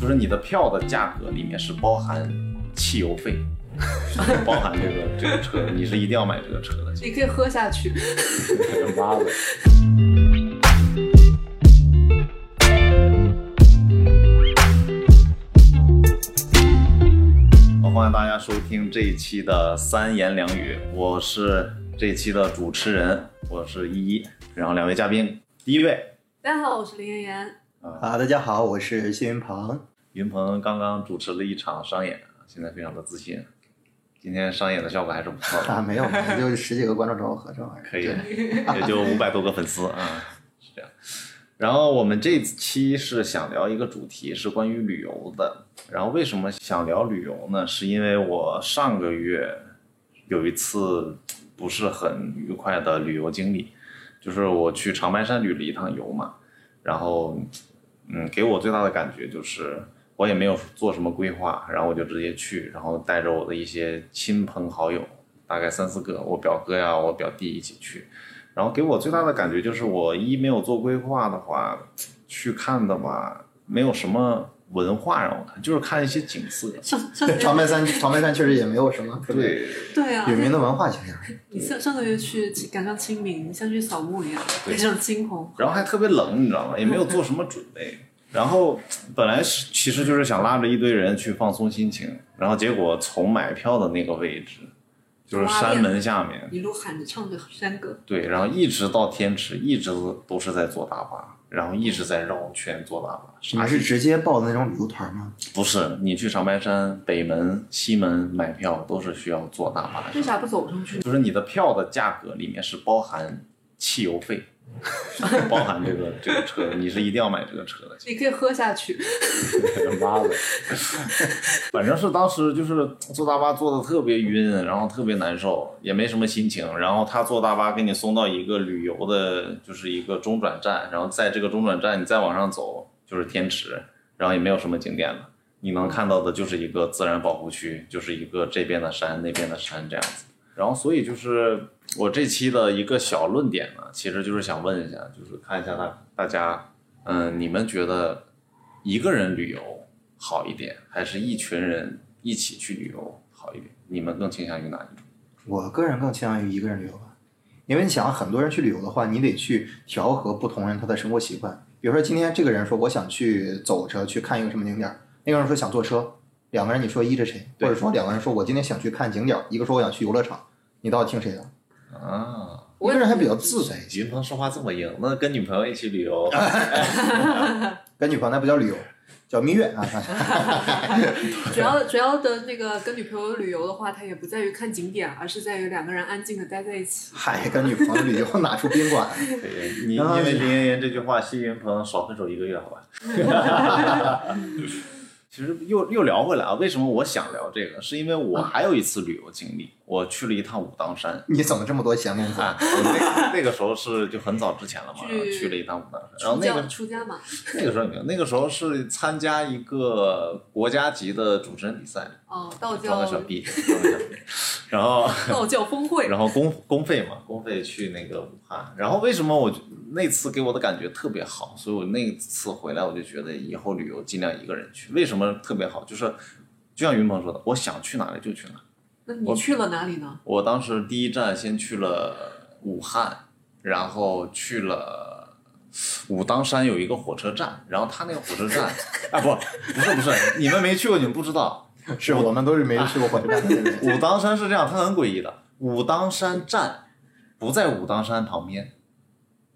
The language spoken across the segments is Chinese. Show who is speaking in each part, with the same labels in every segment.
Speaker 1: 就是你的票的价格里面是包含汽油费，是不包含这个这个车，你是一定要买这个车的。
Speaker 2: 你可以喝下去。
Speaker 1: 妈的！好，欢迎大家收听这一期的三言两语，我是这一期的主持人，我是依依，然后两位嘉宾，第一位
Speaker 2: 大家好，我是林妍妍。
Speaker 3: 啊，大家好，我是谢云鹏。
Speaker 1: 云鹏刚刚主持了一场商演，现在非常的自信。今天商演的效果还是不错
Speaker 3: 啊，
Speaker 1: 的，
Speaker 3: 没有，没有就十几个观众找我合照而已。
Speaker 1: 可以，也就五百多个粉丝啊，是这样。然后我们这期是想聊一个主题，是关于旅游的。然后为什么想聊旅游呢？是因为我上个月有一次不是很愉快的旅游经历，就是我去长白山旅了一趟游嘛，然后嗯，给我最大的感觉就是我也没有做什么规划，然后我就直接去，然后带着我的一些亲朋好友，大概三四个，我表哥呀、我表弟一起去，然后给我最大的感觉就是我一没有做规划的话，去看的吧，没有什么文化让我看，就是看一些景色。
Speaker 2: 上上个月
Speaker 3: 长白山，长白山确实也没有什么特别
Speaker 1: 对，
Speaker 2: 对啊
Speaker 3: 有，名的文化形象。
Speaker 2: 你上上个月去赶上清明，像去扫墓一样，
Speaker 1: 对
Speaker 2: 赶上惊鸿。
Speaker 1: 然后还特别冷，你知道吗？也没有做什么准备。然后本来是其实就是想拉着一堆人去放松心情，然后结果从买票的那个位置，就是山门下面，
Speaker 2: 一路喊着唱着山歌，
Speaker 1: 对，然后一直到天池，一直都是在坐大巴，然后一直在绕圈坐大巴。
Speaker 3: 你
Speaker 1: 啥
Speaker 3: 是直接报的那种旅游团吗？
Speaker 1: 不是你去长白山北门、西门买票都是需要坐大巴的，
Speaker 2: 为啥不走上去？
Speaker 1: 就是你的票的价格里面是包含汽油费， 是包含这个这个车，你是一定要买这个车的。
Speaker 2: 你可以喝下去。
Speaker 1: 妈的！反正是当时就是坐大巴坐的特别晕，然后特别难受，也没什么心情。然后他坐大巴给你送到一个旅游的，就是一个中转站，然后在这个中转站你再往上走就是天池，然后也没有什么景点了。你能看到的就是一个自然保护区，就是一个这边的山那边的山这样子。然后所以就是我这期的一个小论点呢，其实就是想问一下，就是看一下大大家，嗯，你们觉得一个人旅游好一点，还是一群人一起去旅游好一点？你们更倾向于哪一种？
Speaker 3: 我个人更倾向于一个人旅游吧，因为你想，很多人去旅游的话，你得去调和不同人他的生活习惯。比如说，今天这个人说我想去走着去看一个什么景点儿，那个人说想坐车，两个人你说依着谁？或
Speaker 1: 对
Speaker 3: 者说两个人说我今天想去看景点儿，一个说我想去游乐场，你到底听谁的？
Speaker 1: 啊，
Speaker 3: 一个人还比较自在一些，
Speaker 1: 云鹏说话这么硬，那跟女朋友一起旅游，
Speaker 3: 跟女朋友那不叫旅游，叫蜜月啊。
Speaker 2: 主要主要的那个跟女朋友旅游的话，它也不在于看景点，而是在于两个人安静的待在一起。
Speaker 3: 嗨，跟女朋友旅游哪出宾馆？
Speaker 1: 对你
Speaker 3: 啊
Speaker 1: 因为林妍妍这句话，吸云鹏少分手一个月，好吧？ 其实又又聊回来啊，为什么我想聊这个？是因为我还有一次旅游经 历，我去了一趟武当山。
Speaker 3: 你怎么这么多闲工夫？
Speaker 1: 啊，我那那个时候是就很早之前了嘛，然后
Speaker 2: 去
Speaker 1: 去了一趟武当山，然后
Speaker 2: 出
Speaker 1: 那个
Speaker 2: 家出家嘛，
Speaker 1: 那个时候也没有，那个时候是参加一个国家级的主持人比赛，
Speaker 2: 哦，道
Speaker 1: 装
Speaker 2: 教
Speaker 1: 个小逼，装个小逼，然后
Speaker 2: 道教峰会，
Speaker 1: 然后公公费嘛，公费去那个武汉，然后为什么我就那次给我的感觉特别好，所以我那次回来我就觉得以后旅游尽量一个人去，为什么特别好？就是就像云鹏说的，我想去哪里就去哪里。
Speaker 2: 那你去了哪里呢？
Speaker 1: 我当时第一站先去了武汉，然后去了武当山有一个火车站，然后他那个火车站啊不不是不是，你们没去过你们不知道，
Speaker 3: 是我们都是没去过火车站的 人。
Speaker 1: 武当山是这样，它很诡异的，武当山站不在武当山旁边。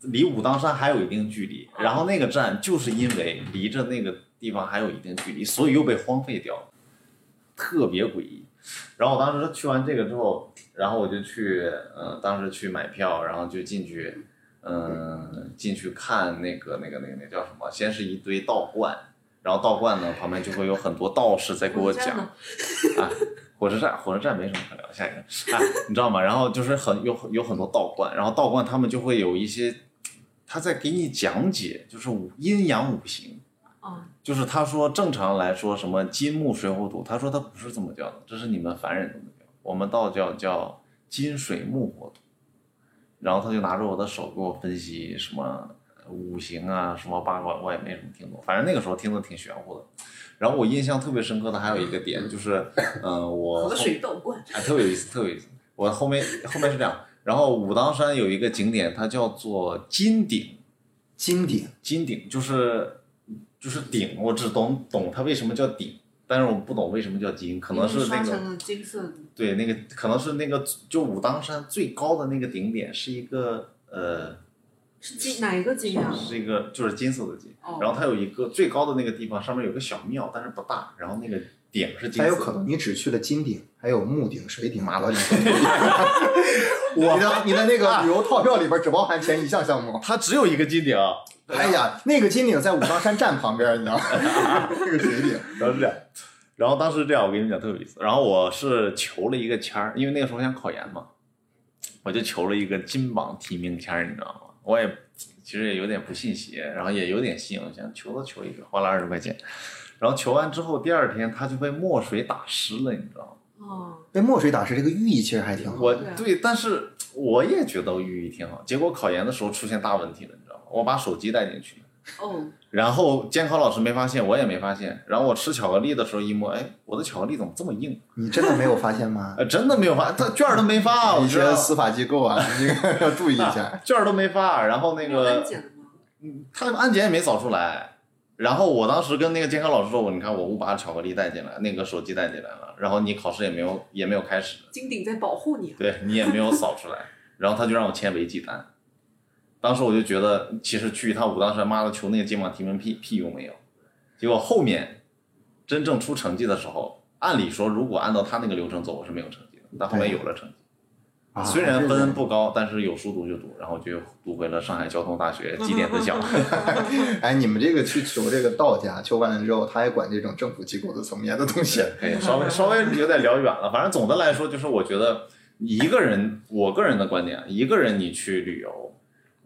Speaker 1: 离武当山还有一定距离，然后那个站就是因为离着那个地方还有一定距离，所以又被荒废掉了。特别诡异。然后我当时去完这个之后，然后我就去，呃，当时去买票，然后就进去，嗯、进去看那个那个那个那个叫什么？先是一堆道观，然后道观呢旁边就会有很多道士在给我讲，啊。火车站，火车站没什么可聊，下一个，哎，你知道吗？然后就是很有有很多道观，然后道观他们就会有一些，他在给你讲解，就是五阴阳五行，
Speaker 2: 哦，
Speaker 1: 就是他说正常来说什么金木水火土，他说他不是这么叫的，这是你们凡人这么叫，我们道教叫金水木火土。然后他就拿着我的手给我分析什么五行啊什么八卦我也没怎么听懂，反正那个时候听的挺玄乎的。然后我印象特别深刻的还有一个点就是，嗯、我
Speaker 4: 河水倒灌，
Speaker 1: 啊，特别有意思，特别有意思。我后面后面是这样，然后武当山有一个景点，它叫做金顶，
Speaker 3: 金顶
Speaker 1: 金顶就是就是顶，我只懂懂它为什么叫顶，但是我不懂为什么叫金，可能是那
Speaker 2: 刷
Speaker 1: 个
Speaker 2: 成了金色的，
Speaker 1: 对，那个可能是那个就武当山最高的那个顶点是一个呃
Speaker 2: 是金哪一个金啊？
Speaker 1: 是一个就是金色的金，
Speaker 2: 哦
Speaker 1: 然后它有一个最高的那个地方上面有个小庙，但是不大，然后那个顶是金
Speaker 3: 还有
Speaker 1: 色
Speaker 3: 可
Speaker 1: 的。
Speaker 3: 能你只去了金顶，还有木顶、水顶、马罗 顶。我你的你的那个旅游套票里边只包含前一项项 目。
Speaker 1: 它只有一个金顶，啊
Speaker 3: 哎呀，那个金顶在武当山站旁边，你知道吗？ 那个水顶，
Speaker 1: 然后是这样，然后当时这样，我跟你们讲特有意思。然后我是求了一个签儿，因为那个时候想考研嘛，我就求了一个金榜题名签儿，你知道吗？我也其实也有点不信邪，然后也有点信，我想求都求一个，花了二十块钱。然后求完之后，第二天它就被墨水打湿了，你知道吗？
Speaker 2: 哦，
Speaker 3: 被墨哎水打湿，这个寓意其实还挺好。
Speaker 1: 我
Speaker 2: 对啊
Speaker 1: 对，但是我也觉得寓意挺好。结果考研的时候出现大问题了，你知道吗？我把手机带进去，
Speaker 2: 哦，
Speaker 1: 然后监考老师没发现，我也没发现。然后我吃巧克力的时候一摸，哎，我的巧克力怎么这么硬？
Speaker 3: 你真的没有发 现吗？
Speaker 1: 呃，真的没有发，他卷儿都没发，哦我
Speaker 3: 一
Speaker 1: 觉
Speaker 3: 些
Speaker 1: 得
Speaker 3: 司法机构啊，你这个要注意一下。
Speaker 1: 卷儿都没发。然后那
Speaker 2: 没有安
Speaker 1: 个
Speaker 2: 检的吗？
Speaker 1: 他安检也没扫出来。然后我当时跟那个监考老师说，我你看我误把巧克力带进来，那个手机带进来了，然后你考试也没有也没有开始，
Speaker 2: 金顶在保护你啊，
Speaker 1: 对你也没有扫出来，然后他就让我签违纪单。当时我就觉得，其实去一趟武当山，妈的求那个金榜题名屁屁用没有。结果后面真正出成绩的时候，按理说如果按照他那个流程走，我是没有成绩的，但后面有了成绩。
Speaker 3: 啊
Speaker 1: 虽然分不高，但是有书读就读，然后就又读回了上海交通大学绩点分 校。
Speaker 3: 哎，你们这个去求这个道家，求完了之后，他还管这种政府机构的层面的东西。
Speaker 1: 可以稍微稍微有点聊远了，反正总的来说就是我觉得一个人，我个人的观点，一个人你去旅游，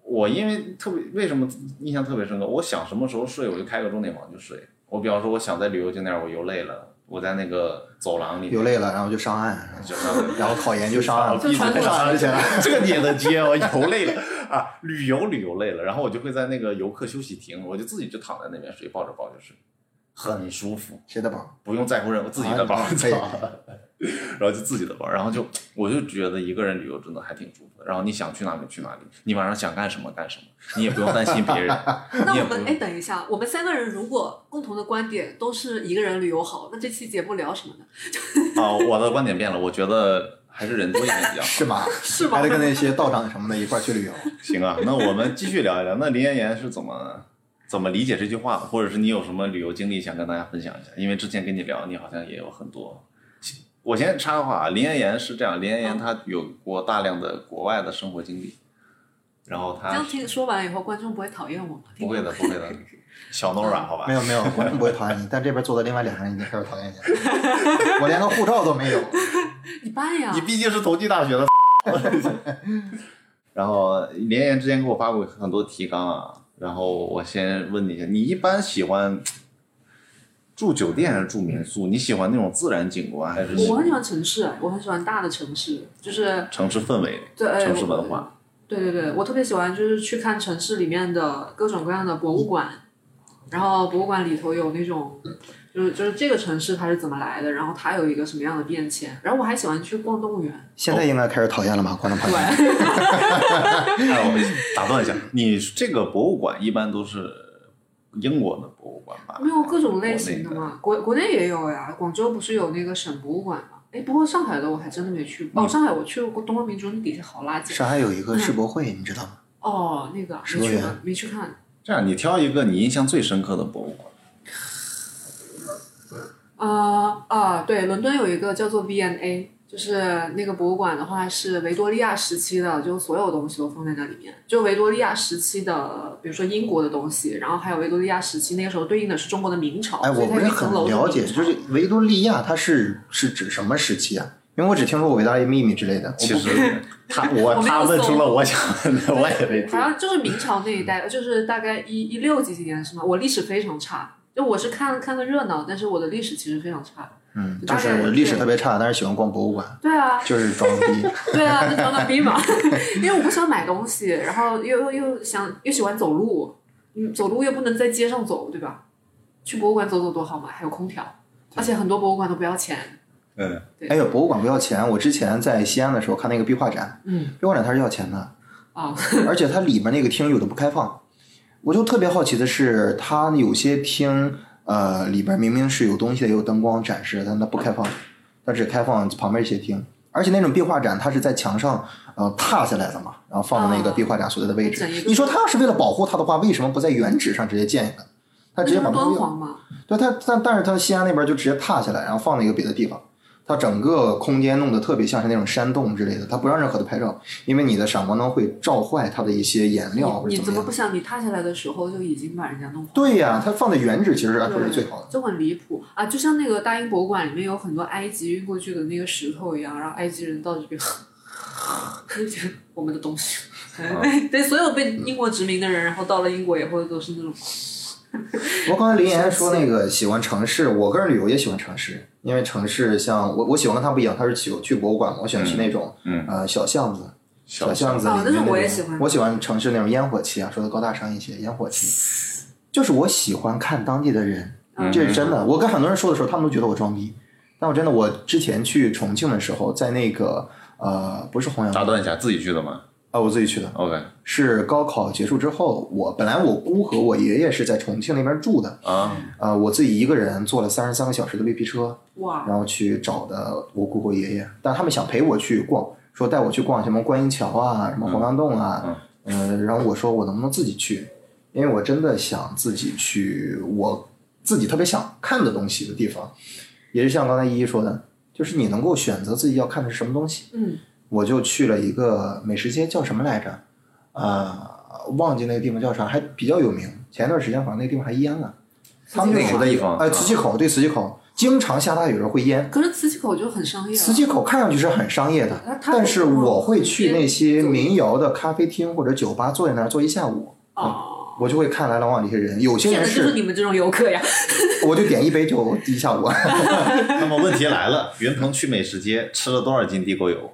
Speaker 1: 我因为特别为什么印象特别深刻，我想什么时候睡我就开个钟点房就睡。我比方说我想在旅游景点我游累了，我在那个走廊里面
Speaker 3: 流泪了，然后就上岸，
Speaker 1: 就那个
Speaker 3: 然后考研就上
Speaker 1: 啊
Speaker 3: 岸了，
Speaker 2: 就传统
Speaker 3: 上岸之 前。
Speaker 1: 这你也能接？我游累了啊，旅游旅游累了，然后我就会在那个游客休息亭，我就自己就躺在那边睡，抱着抱着睡，很舒服，
Speaker 3: 谁的宝？
Speaker 1: 不用在乎任何自己的包，
Speaker 3: 啊可以
Speaker 1: 然后就自己的包， 然后就我就觉得一个人旅游真的还挺舒服的。然后你想去哪里去哪里，你晚上想干什么干什么，你也不用担心 别人， 你
Speaker 2: 那
Speaker 1: 也
Speaker 2: 我
Speaker 1: 不
Speaker 2: 们
Speaker 1: 用
Speaker 2: 哎，等一下，我们三个人如果共同的观点都是一个人旅游好，那这期节目聊什么呢？
Speaker 1: 啊。我的观点变了，我觉得还是人多一点比较好。
Speaker 3: 是吗？
Speaker 2: 是吧
Speaker 3: 还得跟那些道长什么的一块儿去旅游。
Speaker 1: 行啊，那我们继续聊一聊，那林妍妍是怎么怎么理解这句话的，或者是你有什么旅游经历想跟大家分享一下？因为之前跟你聊，你好像也有很多。我先插个话啊，林妍妍是这样，林妍妍她有过大量的国外的生活经历，然后
Speaker 2: 这样
Speaker 1: 她
Speaker 2: 听说完以后，观众不会讨厌我吗？
Speaker 1: 啊不会的，不会的，小 Nora 好吧
Speaker 3: 没？有没有，我真不会讨厌你，但这边坐的另外两个人已经开始讨厌你了。我连个护照都没有。
Speaker 2: 你办呀
Speaker 1: 你，毕竟是同济大学 的。然后连岩之前给我发过很多提纲啊，然后我先问你一下，你一般喜欢住酒店还是住民宿？你喜欢那种自然景观还是喜
Speaker 2: 我很
Speaker 1: 欢
Speaker 2: 喜欢城市，我很喜欢大的城市，就是
Speaker 1: 城市氛围、
Speaker 2: 对哎
Speaker 1: 城市文化？
Speaker 2: 对对对，我特别喜欢就是去看城市里面的各种各样的博物馆，然后博物馆里头有那种，就是就是这个城市它是怎么来的，然后它有一个什么样的变迁，然后我还喜欢去逛动物园。
Speaker 3: 现在应该开始讨厌了吧，观众朋友们？
Speaker 2: 对，
Speaker 1: 哎，我打断一下，你这个博物馆一般都是英国的博物馆吧？
Speaker 2: 没有各种类型的嘛，国国内也有呀，广州不是有那个省博物馆嘛？哎，不过上海的我还真的没去
Speaker 3: 嗯
Speaker 2: 过。哦，上海我去过东方明珠，那底下好垃圾。
Speaker 3: 上海有一个世博会，你知道吗？
Speaker 2: 哦，那个
Speaker 3: 世
Speaker 2: 没
Speaker 3: 博
Speaker 2: 去
Speaker 3: 园
Speaker 2: 看，没去看。
Speaker 1: 这样，你挑一个你印象最深刻的博物馆。
Speaker 2: 啊啊，对，伦敦有一个叫做 V&A，就是那个博物馆的话是维多利亚时期的，就所有东西都放在那里面。就维多利亚时期的，比如说英国的东西，然后还有维多利亚时期那个时候对应的是中国的明朝，
Speaker 3: 哎，
Speaker 2: 所
Speaker 3: 我
Speaker 2: 以它有
Speaker 3: 不是
Speaker 2: 一层楼
Speaker 3: 很了解，
Speaker 2: 明
Speaker 3: 就
Speaker 2: 朝
Speaker 3: 是维多利亚它是是指什么时期啊？因为我只听说过维多利亚秘密之类的。
Speaker 1: 其实他我
Speaker 2: 我没有
Speaker 1: 他问
Speaker 2: 搜
Speaker 1: 出了我想问的，我 也没听
Speaker 2: 好。像就是明朝那一代，就是大概一一六几几年是吗？我历史非常差，就我是看看个热闹，但是我的历史其实非常差。
Speaker 3: 嗯，
Speaker 2: 大
Speaker 3: 就
Speaker 2: 概
Speaker 3: 是我历史特别差，但是喜欢逛博物馆，
Speaker 2: 对啊，
Speaker 3: 就是装 逼。
Speaker 2: 对啊，就装个逼嘛。 因为我不喜欢买东西，然后又又又想又喜欢走路，嗯，走路又不能在街上走，对吧？去博物馆走走多好嘛，还有空调，而且很多博物馆都不要钱。
Speaker 1: 嗯，
Speaker 3: 哎呦，博物馆不要钱！我之前在西安的时候看那个壁画展，
Speaker 2: 嗯，
Speaker 3: 壁画展它是要钱的，
Speaker 2: 哦，
Speaker 3: 而且它里面那个厅有的不开放。我就特别好奇的是，它有些厅呃里边明明是有东西的，也有灯光展示，但它不开放，它只开放旁边一些厅。而且那种壁画展，它是在墙上呃踏下来的嘛，然后放在那个
Speaker 2: 啊
Speaker 3: 壁画展所在的位置
Speaker 2: 整一。个
Speaker 3: 你说它要是为了保护它的话，为什么不在原址上直接建一个？它
Speaker 2: 那
Speaker 3: 直接
Speaker 2: 就
Speaker 3: 把
Speaker 2: 是敦
Speaker 3: 它
Speaker 2: 煌嘛，
Speaker 3: 对它，但但是它西安那边就直接踏下来，然后放在一个别的地方。它整个空间弄得特别像是那种山洞之类的，它不让任何的拍照，因为你的闪光灯会照坏它的一些颜料或
Speaker 2: 你
Speaker 3: 者
Speaker 2: 你
Speaker 3: 怎
Speaker 2: 怎
Speaker 3: 么
Speaker 2: 么
Speaker 3: 样
Speaker 2: 不。想你踏下来的时候就已经把人家弄坏？
Speaker 3: 对呀、它放在原址其实来说是最好的。
Speaker 2: 就很离谱啊！就像那个大英博物馆里面有很多埃及运过去的那个石头一样，然后埃及人到这边，就觉得我们的东西。
Speaker 3: 啊
Speaker 2: 对，所有被英国殖民的人，然后到了英国以后都是那种
Speaker 3: 我刚才林岩说那个喜欢城市，我个人旅游也喜欢城市，因为城市像我我喜欢跟他不一样，他是喜欢去博物馆嘛，我喜欢去那种、
Speaker 1: 嗯
Speaker 3: 呃小巷子。小巷子里
Speaker 2: 哦
Speaker 3: 面
Speaker 2: 那种
Speaker 3: 那
Speaker 2: 我也
Speaker 3: 种
Speaker 2: 喜欢
Speaker 3: 我喜欢城市那种烟火气啊，说的高大上一些，烟火气，就是我喜欢看当地的人，
Speaker 2: 嗯
Speaker 3: 这是真的。我跟很多人说的时候，他们都觉得我装逼，但我真的，我之前去重庆的时候，在那个呃，不是弘扬
Speaker 1: 打断一下，自己去的吗
Speaker 3: 啊，我自己去的，
Speaker 1: ？OK
Speaker 3: 是高考结束之后，我本来我姑和我爷爷是在重庆那边住的，
Speaker 1: 啊，
Speaker 3: 啊，我自己一个人坐了三十三个小时的绿皮车，
Speaker 2: 哇，
Speaker 3: 然后去找的我姑姑爷爷，但他们想陪我去逛，说带我去逛什么观音桥啊，什么黄冈洞啊，嗯、然后我说我能不能自己去，因为我真的想自己去我自己特别想看的东西的地方，也是像刚才依依说的，就是你能够选择自己要看的是什么东西，
Speaker 2: 嗯，
Speaker 3: 我就去了一个美食街，叫什么来着？啊，忘记那个地方叫啥，还比较有名。前一段时间好像那个地方还淹了，他们
Speaker 2: 那
Speaker 3: 就
Speaker 2: 个
Speaker 3: 说的
Speaker 1: 地方
Speaker 3: 哎，磁器口对磁器口，经常下大雨的时候会淹。
Speaker 2: 啊可是磁器口就很商业、啊，
Speaker 3: 磁器口看上去是很商业的
Speaker 2: 那，它
Speaker 3: 但是我会去那些
Speaker 2: 边坐
Speaker 3: 民谣的咖啡厅或者酒吧，坐在那儿坐一下午，
Speaker 2: 哦，
Speaker 3: 我就会看来来往往这些人。有些
Speaker 2: 骗
Speaker 3: 人
Speaker 2: 的就是你们这种游客呀，
Speaker 3: 我就点一杯酒一下午，
Speaker 1: 那么问题来了， 云鹏去美食街吃了多少斤地沟油？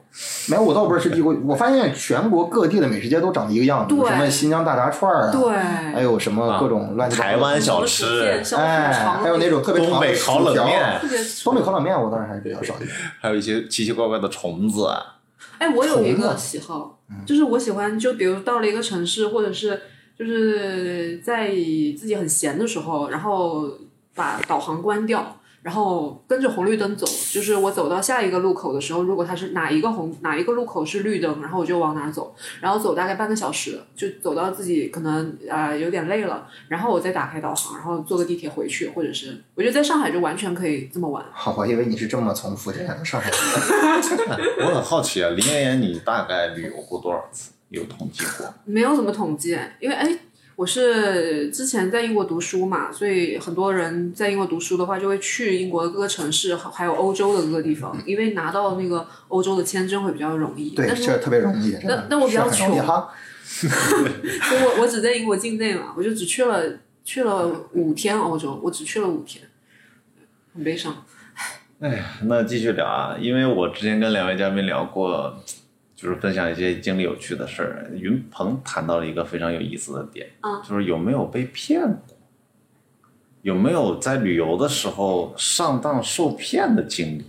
Speaker 3: 没有，我倒不是吃地沟油，我发现全国各地的美食街都长得一个样子，
Speaker 2: 对
Speaker 3: 什么新疆大炸串儿啊，
Speaker 2: 对，
Speaker 3: 还有什么各种乱七八糟的
Speaker 1: 啊台湾
Speaker 2: 什
Speaker 1: 小
Speaker 2: 么薯片
Speaker 1: 吃，
Speaker 2: 哎小
Speaker 3: 哎，
Speaker 2: 肠、
Speaker 3: 还有那种特别
Speaker 1: 东
Speaker 3: 长的
Speaker 1: 北烤冷面
Speaker 3: 薯条，
Speaker 2: 特别。
Speaker 3: 东北烤冷面我当然还是比较少见。
Speaker 1: 还有一些奇奇怪怪的虫子。啊
Speaker 2: 哎，我有一
Speaker 3: 虫
Speaker 2: 个
Speaker 3: 子
Speaker 2: 喜好，就是我喜欢，就比如到了一个城市，或者是就是在自己很闲的时候，然后把导航关掉，然后跟着红绿灯走。就是我走到下一个路口的时候，如果它是哪一个红哪一个路口是绿灯，然后我就往哪走，然后走大概半个小时，就走到自己可能啊、呃有点累了，然后我再打开导航，然后坐个地铁回去，或者是我觉得在上海就完全可以这么玩。
Speaker 3: 好，我以为你是这么从福建来到上海的，
Speaker 1: 我很好奇啊，林妍妍，你大概旅游过多少次？有统计过？
Speaker 2: 没有怎么统计，因为哎，我是之前在英国读书嘛，所以很多人在英国读书的话，就会去英国的各个城市，还有欧洲的各个地方，因为拿到那个欧洲的签证会比较容易。
Speaker 3: 嗯对，
Speaker 2: 但是
Speaker 3: 这特别容易。真的
Speaker 2: 那那我比较
Speaker 3: 是很容易
Speaker 2: 穷
Speaker 3: 哈，
Speaker 2: 所以我我只在英国境内嘛，我就只去了去了五天欧洲，我只去了五天，很悲伤。
Speaker 1: 哎那继续聊啊，因为我之前跟两位嘉宾聊过，就是分享一些经历有趣的事儿。云鹏谈到了一个非常有意思的点，
Speaker 2: 嗯
Speaker 1: 就是有没有被骗过，有没有在旅游的时候上当受骗的经历？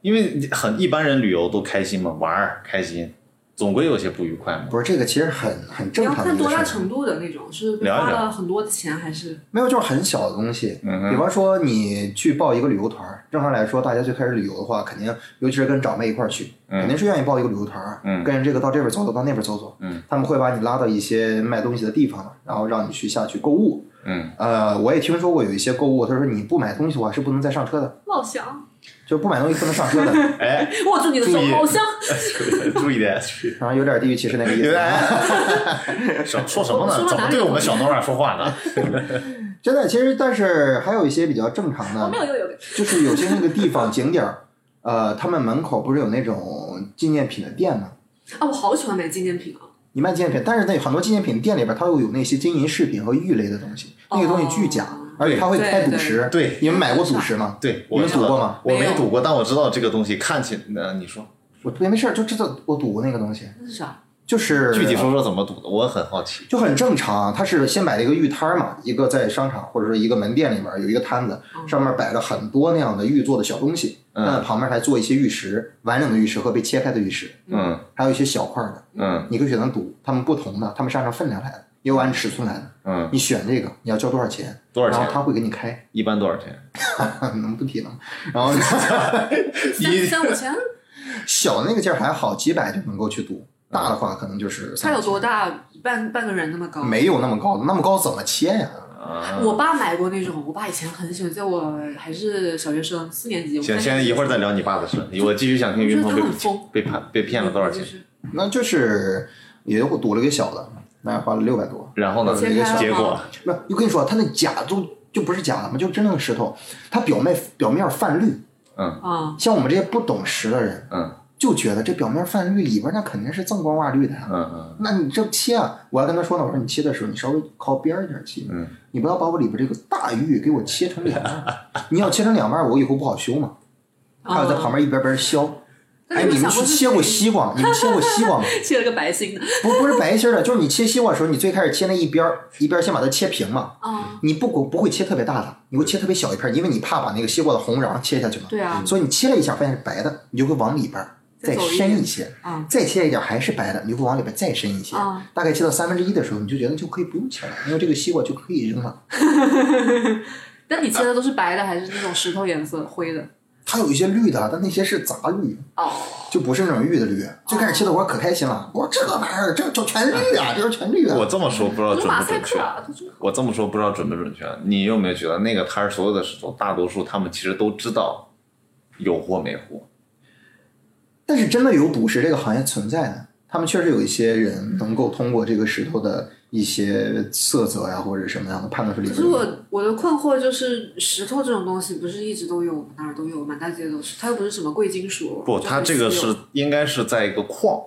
Speaker 1: 因为你很一般人旅游都开心嘛，玩儿开心，总归有些不愉 快嘛。
Speaker 3: 不是这个其实很很
Speaker 2: 你
Speaker 3: 正
Speaker 2: 要
Speaker 3: 常的
Speaker 2: 看
Speaker 3: 一
Speaker 2: 多
Speaker 3: 个
Speaker 2: 大
Speaker 3: 事儿。
Speaker 2: 程度的那种，是被
Speaker 1: 聊一
Speaker 2: 花
Speaker 1: 聊
Speaker 2: 了很多的钱还是？
Speaker 3: 没有，就是很小的东西。
Speaker 1: 嗯
Speaker 3: 比
Speaker 1: 哼，
Speaker 3: 方说你去报一个旅游团儿，正常来说，大家最开始旅游的话，肯定尤其是跟长辈一块儿去，
Speaker 1: 嗯
Speaker 3: 肯定是愿意报一个旅游团儿，
Speaker 1: 嗯
Speaker 3: 跟着这个到这边走走，到那边走走，
Speaker 1: 嗯，
Speaker 3: 他们会把你拉到一些卖东西的地方，然后让你去下去购物。
Speaker 1: 嗯，
Speaker 3: 呃，我也听说过有一些购物，他说你不买东西的话是不能再上车的，
Speaker 2: 老乡，
Speaker 3: 就不买东西不能 上车的，
Speaker 1: 哎，
Speaker 2: 握住你的手
Speaker 1: 注意，
Speaker 2: 老乡，
Speaker 1: 注意点，
Speaker 3: 然后有点地域歧视 那个意
Speaker 1: 有
Speaker 3: 思。
Speaker 1: 点说说什么
Speaker 2: 我说
Speaker 1: 呢？
Speaker 2: 到
Speaker 1: 怎么
Speaker 2: 哪里
Speaker 1: 对我
Speaker 2: 了
Speaker 1: 们小诺瓦说话呢？
Speaker 3: 真的，其实但是还有一些比较正常
Speaker 2: 我
Speaker 3: 的
Speaker 2: 没，有，有有有，
Speaker 3: 就是有些那个地方景点儿，呃，他们门口不是有那种纪念品的店吗？
Speaker 2: 啊，我好喜欢买纪念品啊，
Speaker 3: 你卖纪念品，但是那很多纪念品店里边，它会有那些金银饰品和玉类的东西，那个东西巨假，
Speaker 2: 哦
Speaker 3: 而且他会开赌石，
Speaker 1: 对对
Speaker 3: 你们买过赌石吗？
Speaker 1: 对，
Speaker 3: 你
Speaker 1: 我
Speaker 3: 们
Speaker 1: 知道
Speaker 3: 赌过吗？
Speaker 1: 我
Speaker 2: 没
Speaker 1: 没
Speaker 2: 有
Speaker 1: 赌过，但我知道这个东西看起，呃，你说
Speaker 3: 我也没事儿，就知道我赌过那个东西，
Speaker 2: 那是啥？
Speaker 3: 就是
Speaker 1: 具体说说怎么赌的，我很好奇。
Speaker 3: 就很正常啊，他是先摆了一个玉摊儿嘛，一个在商场或者说一个门店里面有一个摊子，
Speaker 1: 哦
Speaker 3: 上面摆了很多那样的玉做的小东西，
Speaker 1: 嗯
Speaker 3: 那旁边还做一些玉石，完整的玉石和被切开的玉石，
Speaker 1: 嗯
Speaker 3: 还有一些小块儿的，
Speaker 1: 嗯
Speaker 3: 你可以选择赌，他们不同的，他们是按照分量来的，也有按尺寸来的，
Speaker 1: 嗯，
Speaker 3: 你选这个你要交多少钱，
Speaker 1: 多少钱
Speaker 3: 然后他会给你开，
Speaker 1: 一般多少钱？
Speaker 3: 能不提吗？然后
Speaker 2: 三三五千？
Speaker 3: 小的那个劲儿还好，几百就能够去赌，
Speaker 1: 嗯
Speaker 3: 大的话可能就是
Speaker 2: 它
Speaker 3: 三
Speaker 2: 有多大？半半个人那么高？
Speaker 3: 没有那么高，那么高怎么切呀？
Speaker 1: 啊，
Speaker 2: 我爸买过那种，我爸以前很喜欢，在我还是小学生四年级。我
Speaker 1: 行，
Speaker 2: 看
Speaker 1: 先一会儿再聊你爸的事，我继续想听云鹏
Speaker 2: 我觉得他很疯
Speaker 1: 被被判被骗了多少
Speaker 2: 就
Speaker 1: 钱，
Speaker 2: 是
Speaker 3: 那就是也我赌了个小的，那花了六百多。
Speaker 1: 然后呢？
Speaker 2: 切开了吗
Speaker 1: 结果
Speaker 3: 没有，我跟你说，它那假都就不是假的嘛，就真正的石头，它表面表面泛绿。
Speaker 2: 啊，
Speaker 3: 像我们这些不懂石的人，
Speaker 1: 嗯
Speaker 3: 就觉得这表面泛绿里边那肯定是锃光瓦绿的呀、
Speaker 1: 嗯嗯
Speaker 3: 那你这切啊，我还跟他说呢，我说你切的时候，你稍微靠边儿一点切，
Speaker 1: 嗯
Speaker 3: 你不要把我里边这个大玉给我切成两半儿。你要切成两半儿，我以后不好修嘛。还有在旁边一边边削。
Speaker 2: 哦那
Speaker 3: 哎，
Speaker 2: 你们
Speaker 3: 你们
Speaker 2: 想过
Speaker 3: 是
Speaker 2: 是
Speaker 3: 切过
Speaker 2: 谁
Speaker 3: 西瓜吗？你们切过 西瓜吗？
Speaker 2: 切了个白心的
Speaker 3: 不不是白心儿的，就是你切西瓜的时候，你最开始切那一边儿一边儿先把它切平嘛，
Speaker 1: 嗯
Speaker 2: 啊，
Speaker 3: 你不不不会切特别大的，你会切特别小一片儿，因为你怕把那个西瓜的红瓤切下去嘛。
Speaker 2: 对啊
Speaker 3: 所以你切了一下，发现是白的，你就会往里边儿
Speaker 2: 再
Speaker 3: 再
Speaker 2: 走一
Speaker 3: 深
Speaker 2: 点
Speaker 3: 一些，
Speaker 2: 啊
Speaker 3: 再切一点还是白的，你就会往里边再深一些。
Speaker 2: 啊
Speaker 3: 大概切到三分之一的时候，你就觉得就可以不用切了，因为这个西瓜就可以扔了。
Speaker 2: 但你切的都是白的还是那种石头颜色灰的？
Speaker 3: 它有一些绿的，但那些是杂绿，
Speaker 2: 哦，
Speaker 3: 就不是那种绿的绿。最开始切的我可开心了，我说这个玩意儿这这全绿啊，这是全绿啊。
Speaker 1: 我这么说不知道准
Speaker 2: 都是马
Speaker 1: 不
Speaker 2: 赛
Speaker 1: 哦准
Speaker 2: 克
Speaker 1: 确，
Speaker 2: 啊，都是
Speaker 1: 我这么说不知道准不准确。啊你有没有觉得那个摊儿所有的石头，大多数他们其实都知道有货没货？
Speaker 3: 但是真的有赌石这个行业存在的，他们确实有一些人能够通过这个石头的一些色泽呀、或者什么样的判断出里
Speaker 2: 可
Speaker 3: 边。
Speaker 2: 是我我的困惑就是，石头这种东西不是一直都有，哪儿都有，满大街都是，它又不是什么贵金属。
Speaker 1: 不，
Speaker 2: 就
Speaker 1: 它
Speaker 2: 很
Speaker 1: 这个
Speaker 2: 稀有
Speaker 1: 是应该是在一个矿，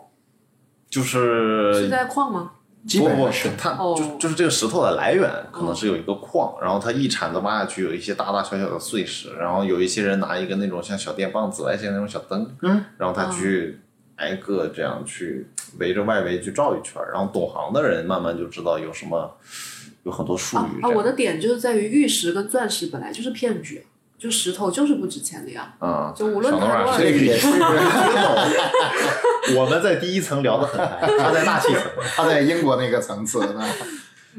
Speaker 1: 就是
Speaker 2: 是在矿吗？
Speaker 3: 基
Speaker 1: 不
Speaker 3: 本
Speaker 1: 不
Speaker 3: 上是，
Speaker 1: 它
Speaker 2: 哦
Speaker 1: 就是就是这个石头的来源可能是有一个矿，然后它一铲子挖下去有一些大大小小的碎石，然后有一些人拿一个那种像小电棒子来一些那种小灯，
Speaker 3: 嗯，
Speaker 1: 然后
Speaker 2: 哦
Speaker 1: 他去挨个这样去围着外围去照一圈儿，然后懂行的人慢慢就知道有什么有很多术
Speaker 2: 啊
Speaker 1: 语
Speaker 2: 啊！
Speaker 1: 这
Speaker 2: 我
Speaker 1: 样
Speaker 2: 的点就是在于玉石跟钻石本来就是骗局，就石头就是不值钱的呀。
Speaker 1: 啊，
Speaker 2: 就无论
Speaker 1: 小
Speaker 2: 它
Speaker 1: 东
Speaker 2: 多
Speaker 1: 啊
Speaker 2: 少
Speaker 3: 这个
Speaker 1: 这
Speaker 3: 也是
Speaker 1: 我们在第一层聊得很嗨，他在大气层。
Speaker 3: 他在英国那个层次的。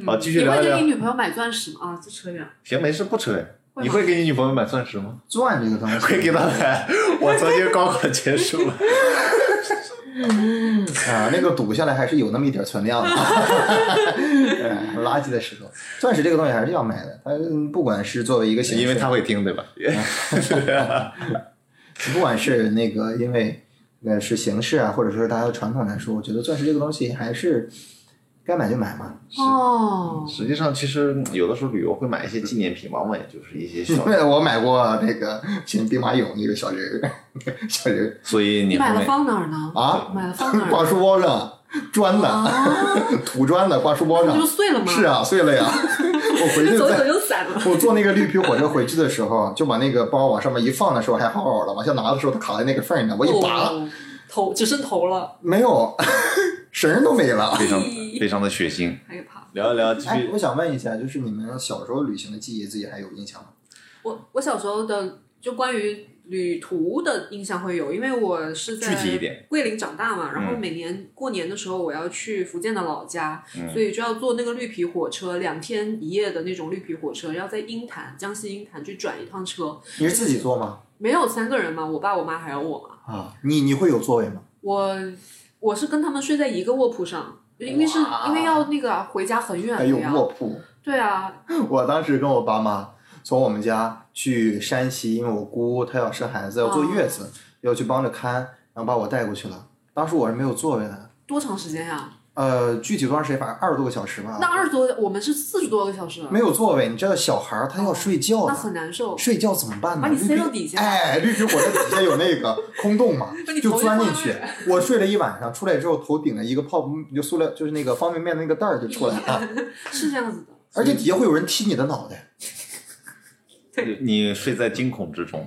Speaker 1: 好，继续
Speaker 2: 嗯你
Speaker 1: 聊
Speaker 2: 会
Speaker 1: 一
Speaker 2: 给你
Speaker 1: 聊。
Speaker 2: 女朋友买钻石吗？啊，这扯远了。
Speaker 1: 行，没事，不扯。
Speaker 2: 会
Speaker 1: 你
Speaker 2: 吗
Speaker 1: 会给你女朋友买钻石吗？
Speaker 3: 钻这个东
Speaker 1: 会
Speaker 3: 西
Speaker 1: 给她买。 我曾经高考结束了。
Speaker 3: 啊，那个赌下来还是有那么一点存量的， 哎垃圾的石头，钻石这个东西还是要买的。它不管是作为一个形 式，
Speaker 1: 因为他会听， 对吧？
Speaker 3: 不管是那个因为呃是形式啊，或者说是大家的传统来说，我觉得钻石这个东西还是该买就买嘛。
Speaker 2: 哦，
Speaker 1: 实际上，其实嗯有的时候旅游会买一些纪念品，往往也就是一些 小。
Speaker 3: 对，我买过那个新兵马俑那个小人儿，小人儿
Speaker 1: 所以
Speaker 2: 你
Speaker 1: 你
Speaker 2: 买
Speaker 1: 后
Speaker 2: 了
Speaker 1: 面
Speaker 2: 放哪儿呢？
Speaker 3: 啊，
Speaker 2: 买了放 哪儿？
Speaker 3: 挂书 包上，砖的，
Speaker 2: 啊，
Speaker 3: 土砖的，挂书包
Speaker 2: 不就
Speaker 3: 上。
Speaker 2: 碎了吗？
Speaker 3: 是啊，碎了 呀！我回去
Speaker 2: 走一走
Speaker 3: 在
Speaker 2: 就散了。
Speaker 3: 我坐那个绿皮火车回去的时候，就把那个包往上面一放的时候还好好的，往下拿的时候它卡在那个缝儿里呢，我一拔，
Speaker 2: 哦，头只剩头了，
Speaker 3: 没有， 绳儿都没了。
Speaker 1: 非常非常的血腥。
Speaker 2: 害怕。
Speaker 1: 聊一聊，继
Speaker 3: 哎
Speaker 1: 续，
Speaker 3: 我想问一下，就是你们小时候旅行的记忆，自己还有印象吗？
Speaker 2: 我我小时候的就关于旅途的印象会有，因为我是在
Speaker 1: 具体一点
Speaker 2: 桂林长大嘛，然后
Speaker 1: 嗯
Speaker 2: 每年过年的时候我要去福建的老家，所以就要坐那个绿皮火车，两天一夜的那种绿皮火车，要在鹰潭江西鹰潭去转一趟车，
Speaker 3: 你是自己坐吗？
Speaker 2: 没有三个人嘛，我爸我妈还有我嘛，
Speaker 3: 啊，你你会有座位吗？
Speaker 2: 我我是跟他们睡在一个卧铺上，因为是
Speaker 3: 哇
Speaker 2: 因为要那个回家很远
Speaker 3: 还
Speaker 2: 的
Speaker 3: 有
Speaker 2: 呀，
Speaker 3: 卧铺。
Speaker 2: 对啊，
Speaker 3: 我当时跟我爸妈从我们家去山西，因为我姑她要生孩子要坐月子，
Speaker 2: 哦
Speaker 3: 要去帮着看，然后把我带过去了。当时我是没有座位的，
Speaker 2: 多长时间呀？
Speaker 3: 呃，具体多长时间，反正二十多个小时吧
Speaker 2: 那。二十多，我们是四十多个小时，
Speaker 3: 没有座位，你知道小孩儿他要睡觉
Speaker 2: 那
Speaker 3: 的，
Speaker 2: 很难受。
Speaker 3: 睡觉怎么办呢？
Speaker 2: 把你塞
Speaker 3: 绿皮
Speaker 2: 到底下
Speaker 3: 哎，绿皮火车底下有那个空洞嘛
Speaker 2: 把你，
Speaker 3: 就
Speaker 2: 头
Speaker 3: 钻
Speaker 2: 就
Speaker 3: 进
Speaker 2: 放
Speaker 3: 去
Speaker 2: 那。
Speaker 3: 我睡了一晚上，出来之后头顶着一个泡，就塑料， 就是那个方便面的那个袋儿就出来了，
Speaker 2: 是这样子的，
Speaker 3: 而且底下会有人踢你的脑袋。
Speaker 1: 你睡在惊恐之中，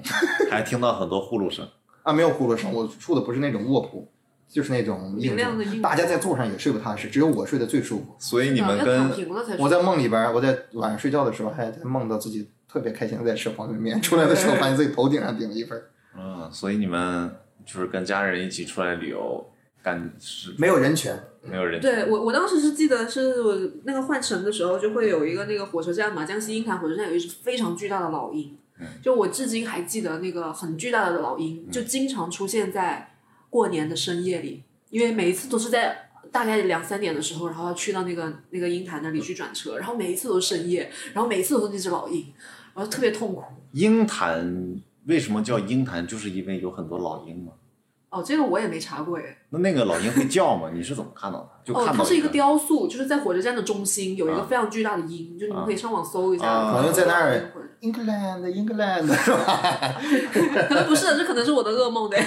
Speaker 1: 还听到很多呼噜 声。
Speaker 3: 啊，没有呼噜声，我住的不是那种卧铺，就是那种
Speaker 2: 明
Speaker 3: 硬
Speaker 2: 亮的
Speaker 3: 座
Speaker 2: 硬
Speaker 3: 大家在座上也睡不踏实，只有我睡得最舒服。
Speaker 1: 所以你
Speaker 2: 要
Speaker 1: 们
Speaker 2: 躺
Speaker 1: 跟
Speaker 2: 平了才
Speaker 3: 我
Speaker 2: 在
Speaker 3: 在梦里边儿，我在晚上睡觉的时候，还在梦到自己特别开心的在吃方便面，出来的时候发现自己头顶上顶了一份儿，
Speaker 1: 嗯，所以你们就是跟家人一起出来旅游，感是
Speaker 3: 没有人权。
Speaker 1: 没有人
Speaker 2: 对我，我当时是记得是我那个换乘的时候，就会有一个那个火车站嘛，江西鹰潭火车站有一只非常巨大的老鹰，
Speaker 1: 嗯
Speaker 2: 就我至今还记得那个很巨大的老鹰，就经常出现在过年的深夜里，因为每一次都是在。大概两三点的时候，然后要去到那个那个鹰潭那里去转车，然后每一次都是深夜，然后每一次都是那只老鹰，然后特别痛苦。
Speaker 1: 鹰潭为什么叫鹰潭？就是因为有很多老鹰嘛。
Speaker 2: 哦，这个我也没查过哎。
Speaker 1: 那那个老鹰会叫吗？你是怎么看到它？就
Speaker 2: 哦，
Speaker 1: 看
Speaker 2: 它
Speaker 1: 到
Speaker 2: 是一个
Speaker 1: 个
Speaker 2: 雕塑，就是在火车站的中心有一个
Speaker 1: 啊
Speaker 2: 非常巨大的鹰，就你们
Speaker 1: 啊
Speaker 2: 可以上网搜一下。
Speaker 1: 啊
Speaker 3: 可能在那儿
Speaker 2: 或者
Speaker 3: England，England 是吧？
Speaker 2: 可能不是，这可能是我的噩梦的。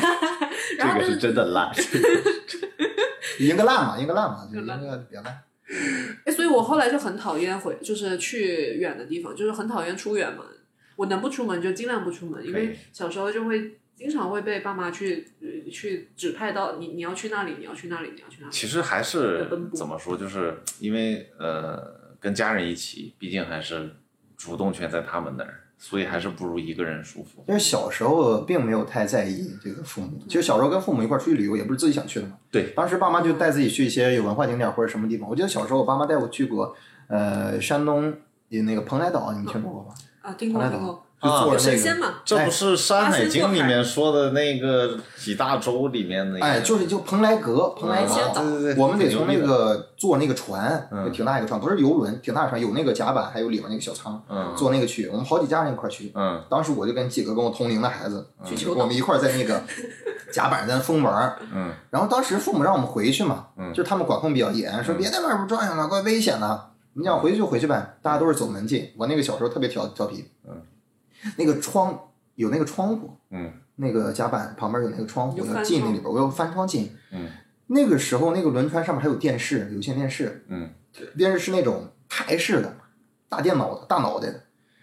Speaker 2: 然后
Speaker 1: 这
Speaker 2: 就
Speaker 1: 个是
Speaker 2: 是，
Speaker 1: 真的烂。
Speaker 3: 英格兰嘛，英格兰嘛，就英格兰比较烂。
Speaker 2: 哎，所以我后来就很讨厌回，就是去远的地方，就是很讨厌出远门。我能不出门就尽量不出门，因
Speaker 1: 可
Speaker 2: 为
Speaker 1: 以
Speaker 2: 小时候就会经常会被爸妈去呃去指派到你你要去那里，你要去那里，你要去那里。
Speaker 1: 其实还是
Speaker 2: 的奔波
Speaker 1: 怎么说，就是因为呃跟家人一起，毕竟还是主动权在他们那儿，所以还是不如一个人舒服。
Speaker 3: 就是小时候并没有太在意这个父母，其实小时候跟父母一块儿出去旅游，也不是自己想去的嘛。
Speaker 1: 对
Speaker 3: 当时爸妈就带自己去一些有文化景点或者什么地方。我记得小时候我爸妈带我去过，呃，山东也那个蓬莱岛，你们听说过吧？
Speaker 2: 啊，听
Speaker 3: 蓬
Speaker 2: 过
Speaker 3: 莱
Speaker 2: 听
Speaker 3: 岛
Speaker 2: 过，
Speaker 3: 就坐着那
Speaker 2: 有
Speaker 3: 个
Speaker 2: 神仙嘛？
Speaker 3: 哎
Speaker 1: 这不是《山海经》里
Speaker 2: 八仙过
Speaker 1: 面说的那个几大洲里面那个？
Speaker 3: 哎，就是就蓬莱阁，蓬莱
Speaker 2: 嗯
Speaker 3: 岛，
Speaker 1: 嗯对对对
Speaker 3: 我们得
Speaker 1: 挺
Speaker 3: 从
Speaker 1: 牛逼的
Speaker 3: 那个坐那个船，
Speaker 1: 嗯
Speaker 3: 挺大一个船，不是游轮，挺大的船，有那个甲板，还有里面那个小舱，
Speaker 1: 嗯
Speaker 3: 坐那个去，我们好几家人一块儿去。
Speaker 1: 嗯
Speaker 3: 当时我就跟几个跟我同龄的孩子，
Speaker 2: 去求
Speaker 3: 我
Speaker 2: 岛
Speaker 3: 们一块儿在 那个甲板上疯玩儿。
Speaker 1: 嗯
Speaker 3: 然后当时父母让我们回去嘛，
Speaker 1: 嗯
Speaker 3: 就是他们管控比较严，说别在外边转悠了，怪危险的。你想回去就回去呗，大家都是走门禁。我那个小时候特别调调皮，
Speaker 1: 嗯，
Speaker 3: 那个窗有那个窗户，
Speaker 1: 嗯
Speaker 3: 那个甲板旁边有那个窗户，
Speaker 2: 有
Speaker 3: 我要
Speaker 2: 翻
Speaker 3: 进那
Speaker 2: 窗
Speaker 3: 里边，我要翻窗进。
Speaker 1: 嗯
Speaker 3: 那个时候那个轮船上面还有电视，有线电视，
Speaker 1: 嗯
Speaker 3: 电视是那种台式的，大电脑的大脑袋的，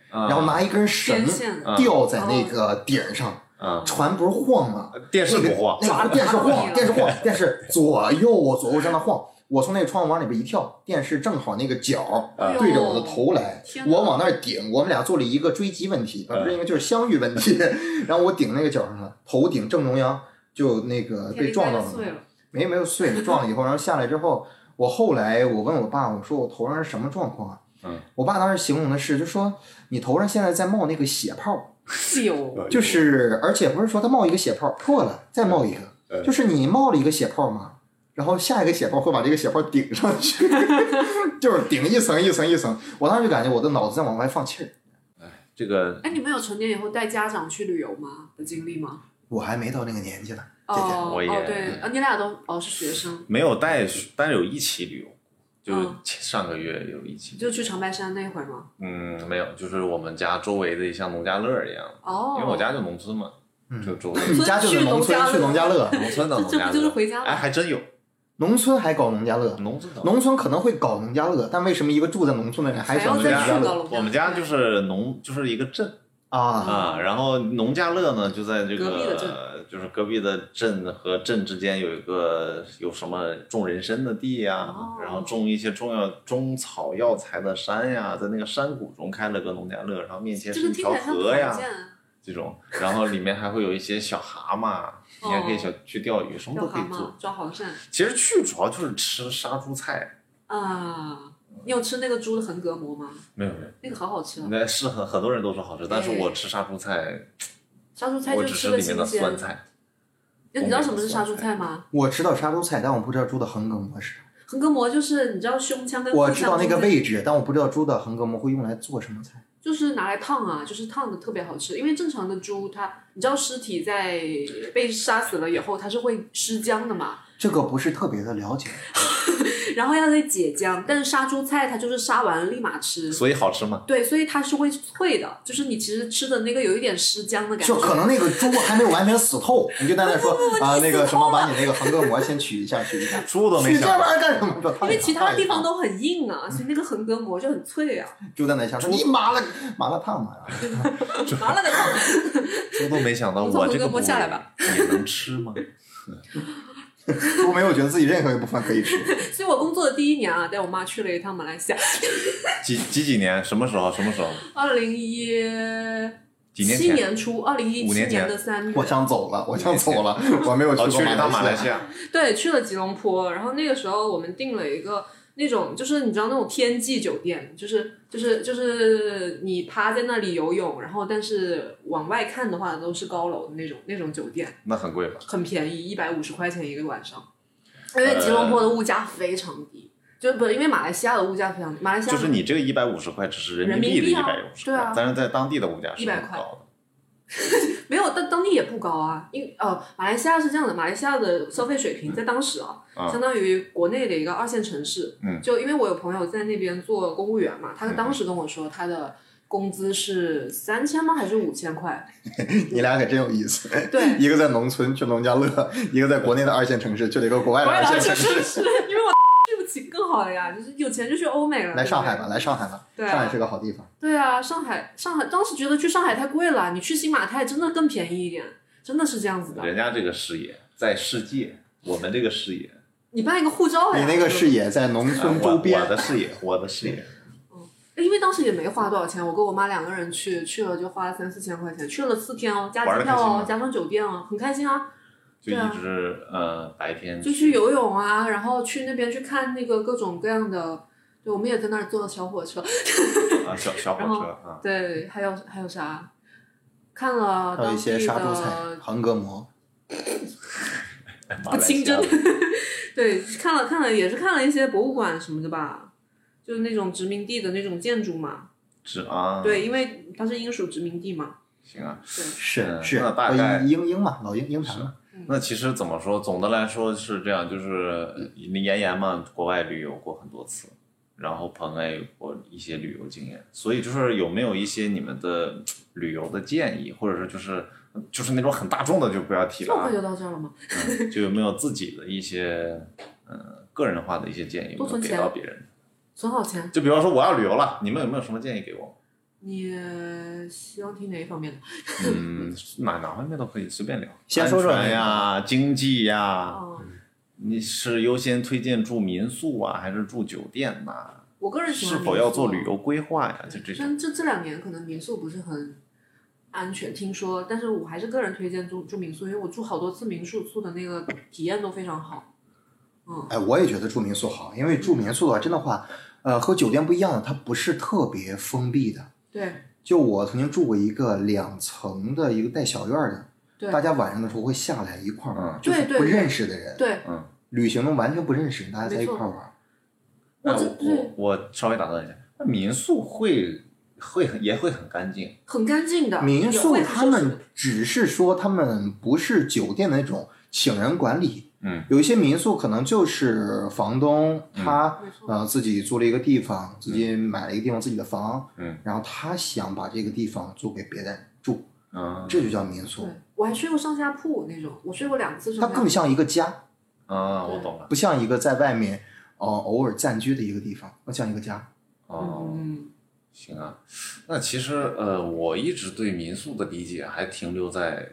Speaker 1: 啊，
Speaker 3: 然后拿一根绳
Speaker 2: 电线哦
Speaker 3: 吊在那个顶上，
Speaker 1: 啊，
Speaker 3: 船不是晃吗？
Speaker 1: 电视不晃，
Speaker 3: 那个电视晃，电视晃，电视左右左右在那晃。我从那窗户往里边一跳，电视正好那个角
Speaker 2: 哎呦
Speaker 3: 对着我的头来，
Speaker 2: 天哪
Speaker 3: 我往那儿顶，我们俩做了一个追击问题，啊不是应该就是相遇问题， 然后我顶那个角上了，头顶正中央，就那个
Speaker 2: 天
Speaker 3: 被
Speaker 2: 灵
Speaker 3: 撞
Speaker 2: 盖
Speaker 3: 到
Speaker 2: 就
Speaker 3: 了，
Speaker 2: 碎了，
Speaker 3: 没没有碎，撞了以后，然后下来之后，我后来我问我爸，我说我头上是什么状况啊？
Speaker 1: 嗯，
Speaker 3: 我爸当时形容的是，就说你头上现在在冒那个血泡，
Speaker 2: 哎呦，
Speaker 3: 就是，而且不是说它冒一个血泡破了再冒一个，
Speaker 1: 嗯
Speaker 3: 就是你冒了一个血泡嘛，然后下一个血泡会把这个血泡顶上去， 就是顶一层一层一层。我当时就感觉我的脑子在往外放气儿，
Speaker 1: 这个
Speaker 2: 哎，你们有成年以后带家长去旅游吗的经历吗？
Speaker 3: 我还没到那个年纪呢，姐姐。
Speaker 2: 哦
Speaker 1: 我也
Speaker 2: 哦，对，啊，你俩都哦是学生，
Speaker 1: 没有带，但是有一起旅游，就
Speaker 2: 嗯
Speaker 1: 前上个月有一起，
Speaker 2: 就去长白山那会儿吗？
Speaker 1: 嗯，没有，就是我们家周围的像农家乐一样，
Speaker 2: 哦，
Speaker 1: 因为我家就农村嘛，
Speaker 3: 嗯
Speaker 1: 就周围
Speaker 3: 你家就是农村去
Speaker 2: 去
Speaker 3: 农
Speaker 2: 农家
Speaker 3: 家乐，
Speaker 1: 农村的
Speaker 2: 这
Speaker 1: 农
Speaker 2: 这
Speaker 1: 家
Speaker 2: 不就是
Speaker 1: 乐，
Speaker 2: 回家
Speaker 1: 哎，
Speaker 2: 吗？
Speaker 1: 还真有
Speaker 3: 农村还搞农家乐，
Speaker 1: 农村的。
Speaker 3: 农村可能会搞农家乐，但为什么一个住在农村的人还
Speaker 2: 还
Speaker 3: 想
Speaker 2: 要
Speaker 3: 农
Speaker 1: 再
Speaker 3: 家
Speaker 2: 去
Speaker 3: 乐
Speaker 2: 到了
Speaker 1: 我们家就是农，就是一个镇
Speaker 3: 啊？
Speaker 1: 啊，然后农家乐呢就在这
Speaker 2: 隔壁的
Speaker 1: 个，就是隔壁的镇和镇之间有一个有什么种人参的地呀、
Speaker 2: 哦
Speaker 1: 然后种一些中药中草药材的山呀、在那个山谷中开了个农家乐，然后面前
Speaker 2: 这
Speaker 1: 是
Speaker 2: 个
Speaker 1: 一
Speaker 2: 听
Speaker 1: 条
Speaker 2: 起来像
Speaker 1: 河呀
Speaker 2: 团，建，
Speaker 1: 这种，然后里面还会有一些小蛤蟆，你还可以小去钓鱼，什么
Speaker 2: 钓
Speaker 1: 都可
Speaker 2: 哦蛤
Speaker 1: 以做
Speaker 2: 蟆、。抓黄鳝
Speaker 1: 其实去主要就是吃杀猪菜，
Speaker 2: 啊。你有吃那个猪的横膈膜吗？
Speaker 1: 没有没有，
Speaker 2: 那个好好吃啊！
Speaker 1: 那是很很多人都说好吃，但是我吃杀猪菜，
Speaker 2: 杀猪菜
Speaker 1: 我
Speaker 2: 就
Speaker 1: 只吃
Speaker 2: 个
Speaker 1: 里面
Speaker 2: 新
Speaker 1: 的酸
Speaker 2: 鲜。
Speaker 1: 菜，
Speaker 2: 那你知道什么是杀猪菜吗？
Speaker 3: 我知道杀猪菜，但我不知道猪的横膈膜是啥。
Speaker 2: 横膈膜就是你知道胸腔跟腹
Speaker 3: 我
Speaker 2: 腔
Speaker 3: 知道那个
Speaker 2: 中间
Speaker 3: 位置，但我不知道猪的横膈膜会用来做什么菜。
Speaker 2: 就是拿来烫啊，就是烫的特别好吃。因为正常的猪它，你知道尸体在被杀死了以后，它是会尸僵的嘛。
Speaker 3: 这个不是特别的了解，
Speaker 2: 然后要得解浆，但是杀猪菜它就是杀完立马吃，
Speaker 1: 所以好吃吗？
Speaker 2: 对，所以它是会脆的，就是你其实吃的那个有一点湿浆的感觉，
Speaker 3: 就可能那个 猪还没有完全死透，你就在那说啊、那个什么，把你那个横膈膜先取一下，取一下。
Speaker 1: 猪都没
Speaker 3: 取这
Speaker 1: 想
Speaker 3: 玩意
Speaker 1: 到，
Speaker 3: 儿干什么？
Speaker 2: 因为其
Speaker 1: 哎
Speaker 2: 他地方
Speaker 3: 都
Speaker 2: 都很 硬啊，所以那个横膈膜就很脆啊。
Speaker 3: 猪在那想说你麻辣麻辣烫嘛，
Speaker 2: 麻辣的烫，
Speaker 1: 猪都没 想到
Speaker 2: 你从
Speaker 1: 我这
Speaker 2: 横
Speaker 1: 个
Speaker 2: 膈膜
Speaker 1: 部位
Speaker 2: 下来吧
Speaker 1: 也能吃 吗？
Speaker 3: 猪没有觉得自己任何一部分可以吃。
Speaker 2: 所以我工作的第一年啊，带我妈去了一趟马来西亚，
Speaker 1: 几几几年？什么时候？什么时候？
Speaker 2: 二零一
Speaker 1: 几年
Speaker 2: 七
Speaker 1: 前？
Speaker 2: 年初，二零一
Speaker 1: 五
Speaker 2: 七
Speaker 1: 年前
Speaker 2: 年的三月，
Speaker 3: 我想走了，我想走 了，我没有
Speaker 1: 哦，
Speaker 3: 去
Speaker 1: 去
Speaker 3: 过
Speaker 1: 了趟马
Speaker 3: 来
Speaker 1: 来西
Speaker 3: 亚。
Speaker 1: 亚，
Speaker 2: 对，去了吉隆坡，然后那个时候我们订了一个那种，就是你知道那种天际酒店，就是就是就是你趴在那里游泳，然后但是往外看的话都是高楼的那种那种酒店，
Speaker 1: 那很贵吧？
Speaker 2: 很便宜，一百五十块钱一个晚上。
Speaker 3: 呃
Speaker 2: 因为吉隆坡的物价非常低，就是不因为马来西亚的物价非常低，马来西亚
Speaker 1: 就是你这个一百五十块只是人民币的一
Speaker 2: 人民币
Speaker 1: 百
Speaker 2: 啊
Speaker 1: 五十
Speaker 2: 对啊
Speaker 1: 但是在当地的物价是
Speaker 2: 100
Speaker 1: 很
Speaker 2: 块
Speaker 1: 高
Speaker 2: 没有，但当地也不高啊，因为呃，马来西亚是这样的，马来西亚的消费水平在当时啊，
Speaker 1: 嗯
Speaker 2: 相当于国内的一个二线城市。
Speaker 1: 嗯
Speaker 2: 就因为我有朋友在那边做公务员嘛，
Speaker 3: 嗯
Speaker 2: 他当时跟我说他的工资是三千吗？还是五千块？
Speaker 3: 你俩可真有意思，
Speaker 2: 对
Speaker 3: 一个在农村去农家乐，一个在国内的二线城市去了一个国外的
Speaker 2: 我也
Speaker 3: 二
Speaker 2: 而
Speaker 3: 线
Speaker 2: 且
Speaker 3: 城市。
Speaker 2: 是是 因为我对不起更好的呀，就是有钱就去欧美了。
Speaker 3: 来上海
Speaker 2: 对
Speaker 3: 吧，
Speaker 2: 不
Speaker 3: 来上海吧，
Speaker 2: 对啊
Speaker 3: 上海是个好地方。
Speaker 2: 对？对啊，上海上海当时觉得去上海太贵了，你去新马泰真的更便宜一点，真的是这样子
Speaker 1: 的。
Speaker 2: 的。
Speaker 1: 人家这个视野在世界，我们这个视野，
Speaker 2: 你办一个护照呀？
Speaker 3: 你那个视野在农
Speaker 1: 啊
Speaker 3: 村
Speaker 1: 我
Speaker 3: 周
Speaker 1: 我
Speaker 3: 边，
Speaker 1: 的视野，我的视野，
Speaker 2: 因为当时也没花多少钱，我跟我妈两个人去，去了就花了三四千块钱，去了四天哦，加
Speaker 1: 玩
Speaker 2: 机
Speaker 1: 得开
Speaker 2: 票
Speaker 1: 心吗
Speaker 2: 哦，加上酒店哦，很开心啊，
Speaker 1: 就
Speaker 2: 对啊
Speaker 1: 一直呃白天
Speaker 2: 就去游泳啊，然后去那边去看那个各种各样的，对，我们也在那儿坐小火车，
Speaker 1: 啊小小火
Speaker 2: 然后
Speaker 1: 车啊，
Speaker 2: 对，还有还有啥，看了
Speaker 3: 还有
Speaker 2: 当
Speaker 3: 一
Speaker 2: 地
Speaker 3: 些杀猪菜、
Speaker 2: 的
Speaker 3: 横 膈膜。
Speaker 1: 马
Speaker 2: 不
Speaker 1: 来
Speaker 2: 清
Speaker 1: 西亚
Speaker 2: 真， 对，看了看了也是看了一些博物馆什么的吧，就是那种殖民地的那种建筑嘛，
Speaker 1: 是啊，，
Speaker 2: 对，因为它是英属殖民地嘛，
Speaker 1: 行啊。
Speaker 3: 是
Speaker 1: 嗯
Speaker 3: 是，
Speaker 1: 那大概
Speaker 3: 和鹰鹰嘛，老鹰鹰盘嘛，
Speaker 1: 那其实怎么说？总的来说是这样，就是你妍妍嘛，国外旅游过很多次，然后彭也有过一些旅游经验，所以就是有没有一些你们的嗯旅游的建议，或者是就是就是那种很大众的就不要提了
Speaker 2: 这么
Speaker 1: 啊
Speaker 2: 快，就到这儿了吗？
Speaker 1: 嗯就有没有自己的一些呃个人化的一些建议，有
Speaker 2: 多
Speaker 1: 没有
Speaker 2: 存
Speaker 1: 给
Speaker 2: 钱
Speaker 1: 到别人？
Speaker 2: 存好钱。
Speaker 1: 就比方说我要旅游了，你们有没有什么建议给 我？
Speaker 2: 你呃希望听哪一方面的？
Speaker 1: 嗯，哪哪方面都可以随便聊，
Speaker 3: 先说说
Speaker 1: 安全呀、经济呀、
Speaker 2: 哦，
Speaker 1: 嗯你是优先推荐住民宿啊，还是住酒店呐、
Speaker 2: 我个人喜欢
Speaker 1: 是否
Speaker 2: 民宿啊
Speaker 1: 要做旅游规划呀？就这种
Speaker 2: 但这这两年可能民宿不是很安全，听说，但是我还是个人推荐住住民宿，因为我住好多次民宿，住的那个体验都非常好。嗯，
Speaker 3: 哎，我也觉得住民宿好，因为住民宿的话，真的话，呃，和酒店不一样的，它不是特别封闭的。
Speaker 2: 对
Speaker 3: 就我曾经住过一个两层的一个带小院儿的，
Speaker 2: 对
Speaker 3: 大家晚上的时候会下来一块儿玩，
Speaker 1: 嗯
Speaker 3: 就是
Speaker 2: 对对
Speaker 3: 不认识的人，
Speaker 2: 对，
Speaker 3: 旅行中完全不认识，大家在
Speaker 2: 没
Speaker 3: 一
Speaker 2: 错
Speaker 3: 块儿玩。
Speaker 1: 那
Speaker 2: 我
Speaker 1: 我
Speaker 2: 这
Speaker 1: 我我稍微打断一下，那民宿会会很也会很干净，
Speaker 2: 很干净的。
Speaker 3: 民
Speaker 2: 有
Speaker 3: 宿
Speaker 2: 卫生设
Speaker 3: 他
Speaker 2: 施
Speaker 3: 们只是说他们不是酒店的那种请人管理，
Speaker 1: 嗯，
Speaker 3: 有一些民宿可能就是房东他、
Speaker 2: 没
Speaker 1: 啊
Speaker 2: 错
Speaker 3: 呃自己租了一个地方，自己买了一个地方自己的房，
Speaker 1: 嗯，
Speaker 3: 然后他想把这个地方租给别人住，
Speaker 1: 嗯
Speaker 3: 这就叫民宿
Speaker 2: 对，，我还睡过上下铺那种，我睡过两次上
Speaker 3: 它
Speaker 2: 下铺。
Speaker 3: 更像一个家，
Speaker 1: 啊，我懂了，
Speaker 3: 不像一个在外面呃偶尔暂居的一个地方，更像一个家。
Speaker 1: 哦，
Speaker 2: 嗯，
Speaker 1: 行啊，那其实呃，我一直对民宿的理解还停留在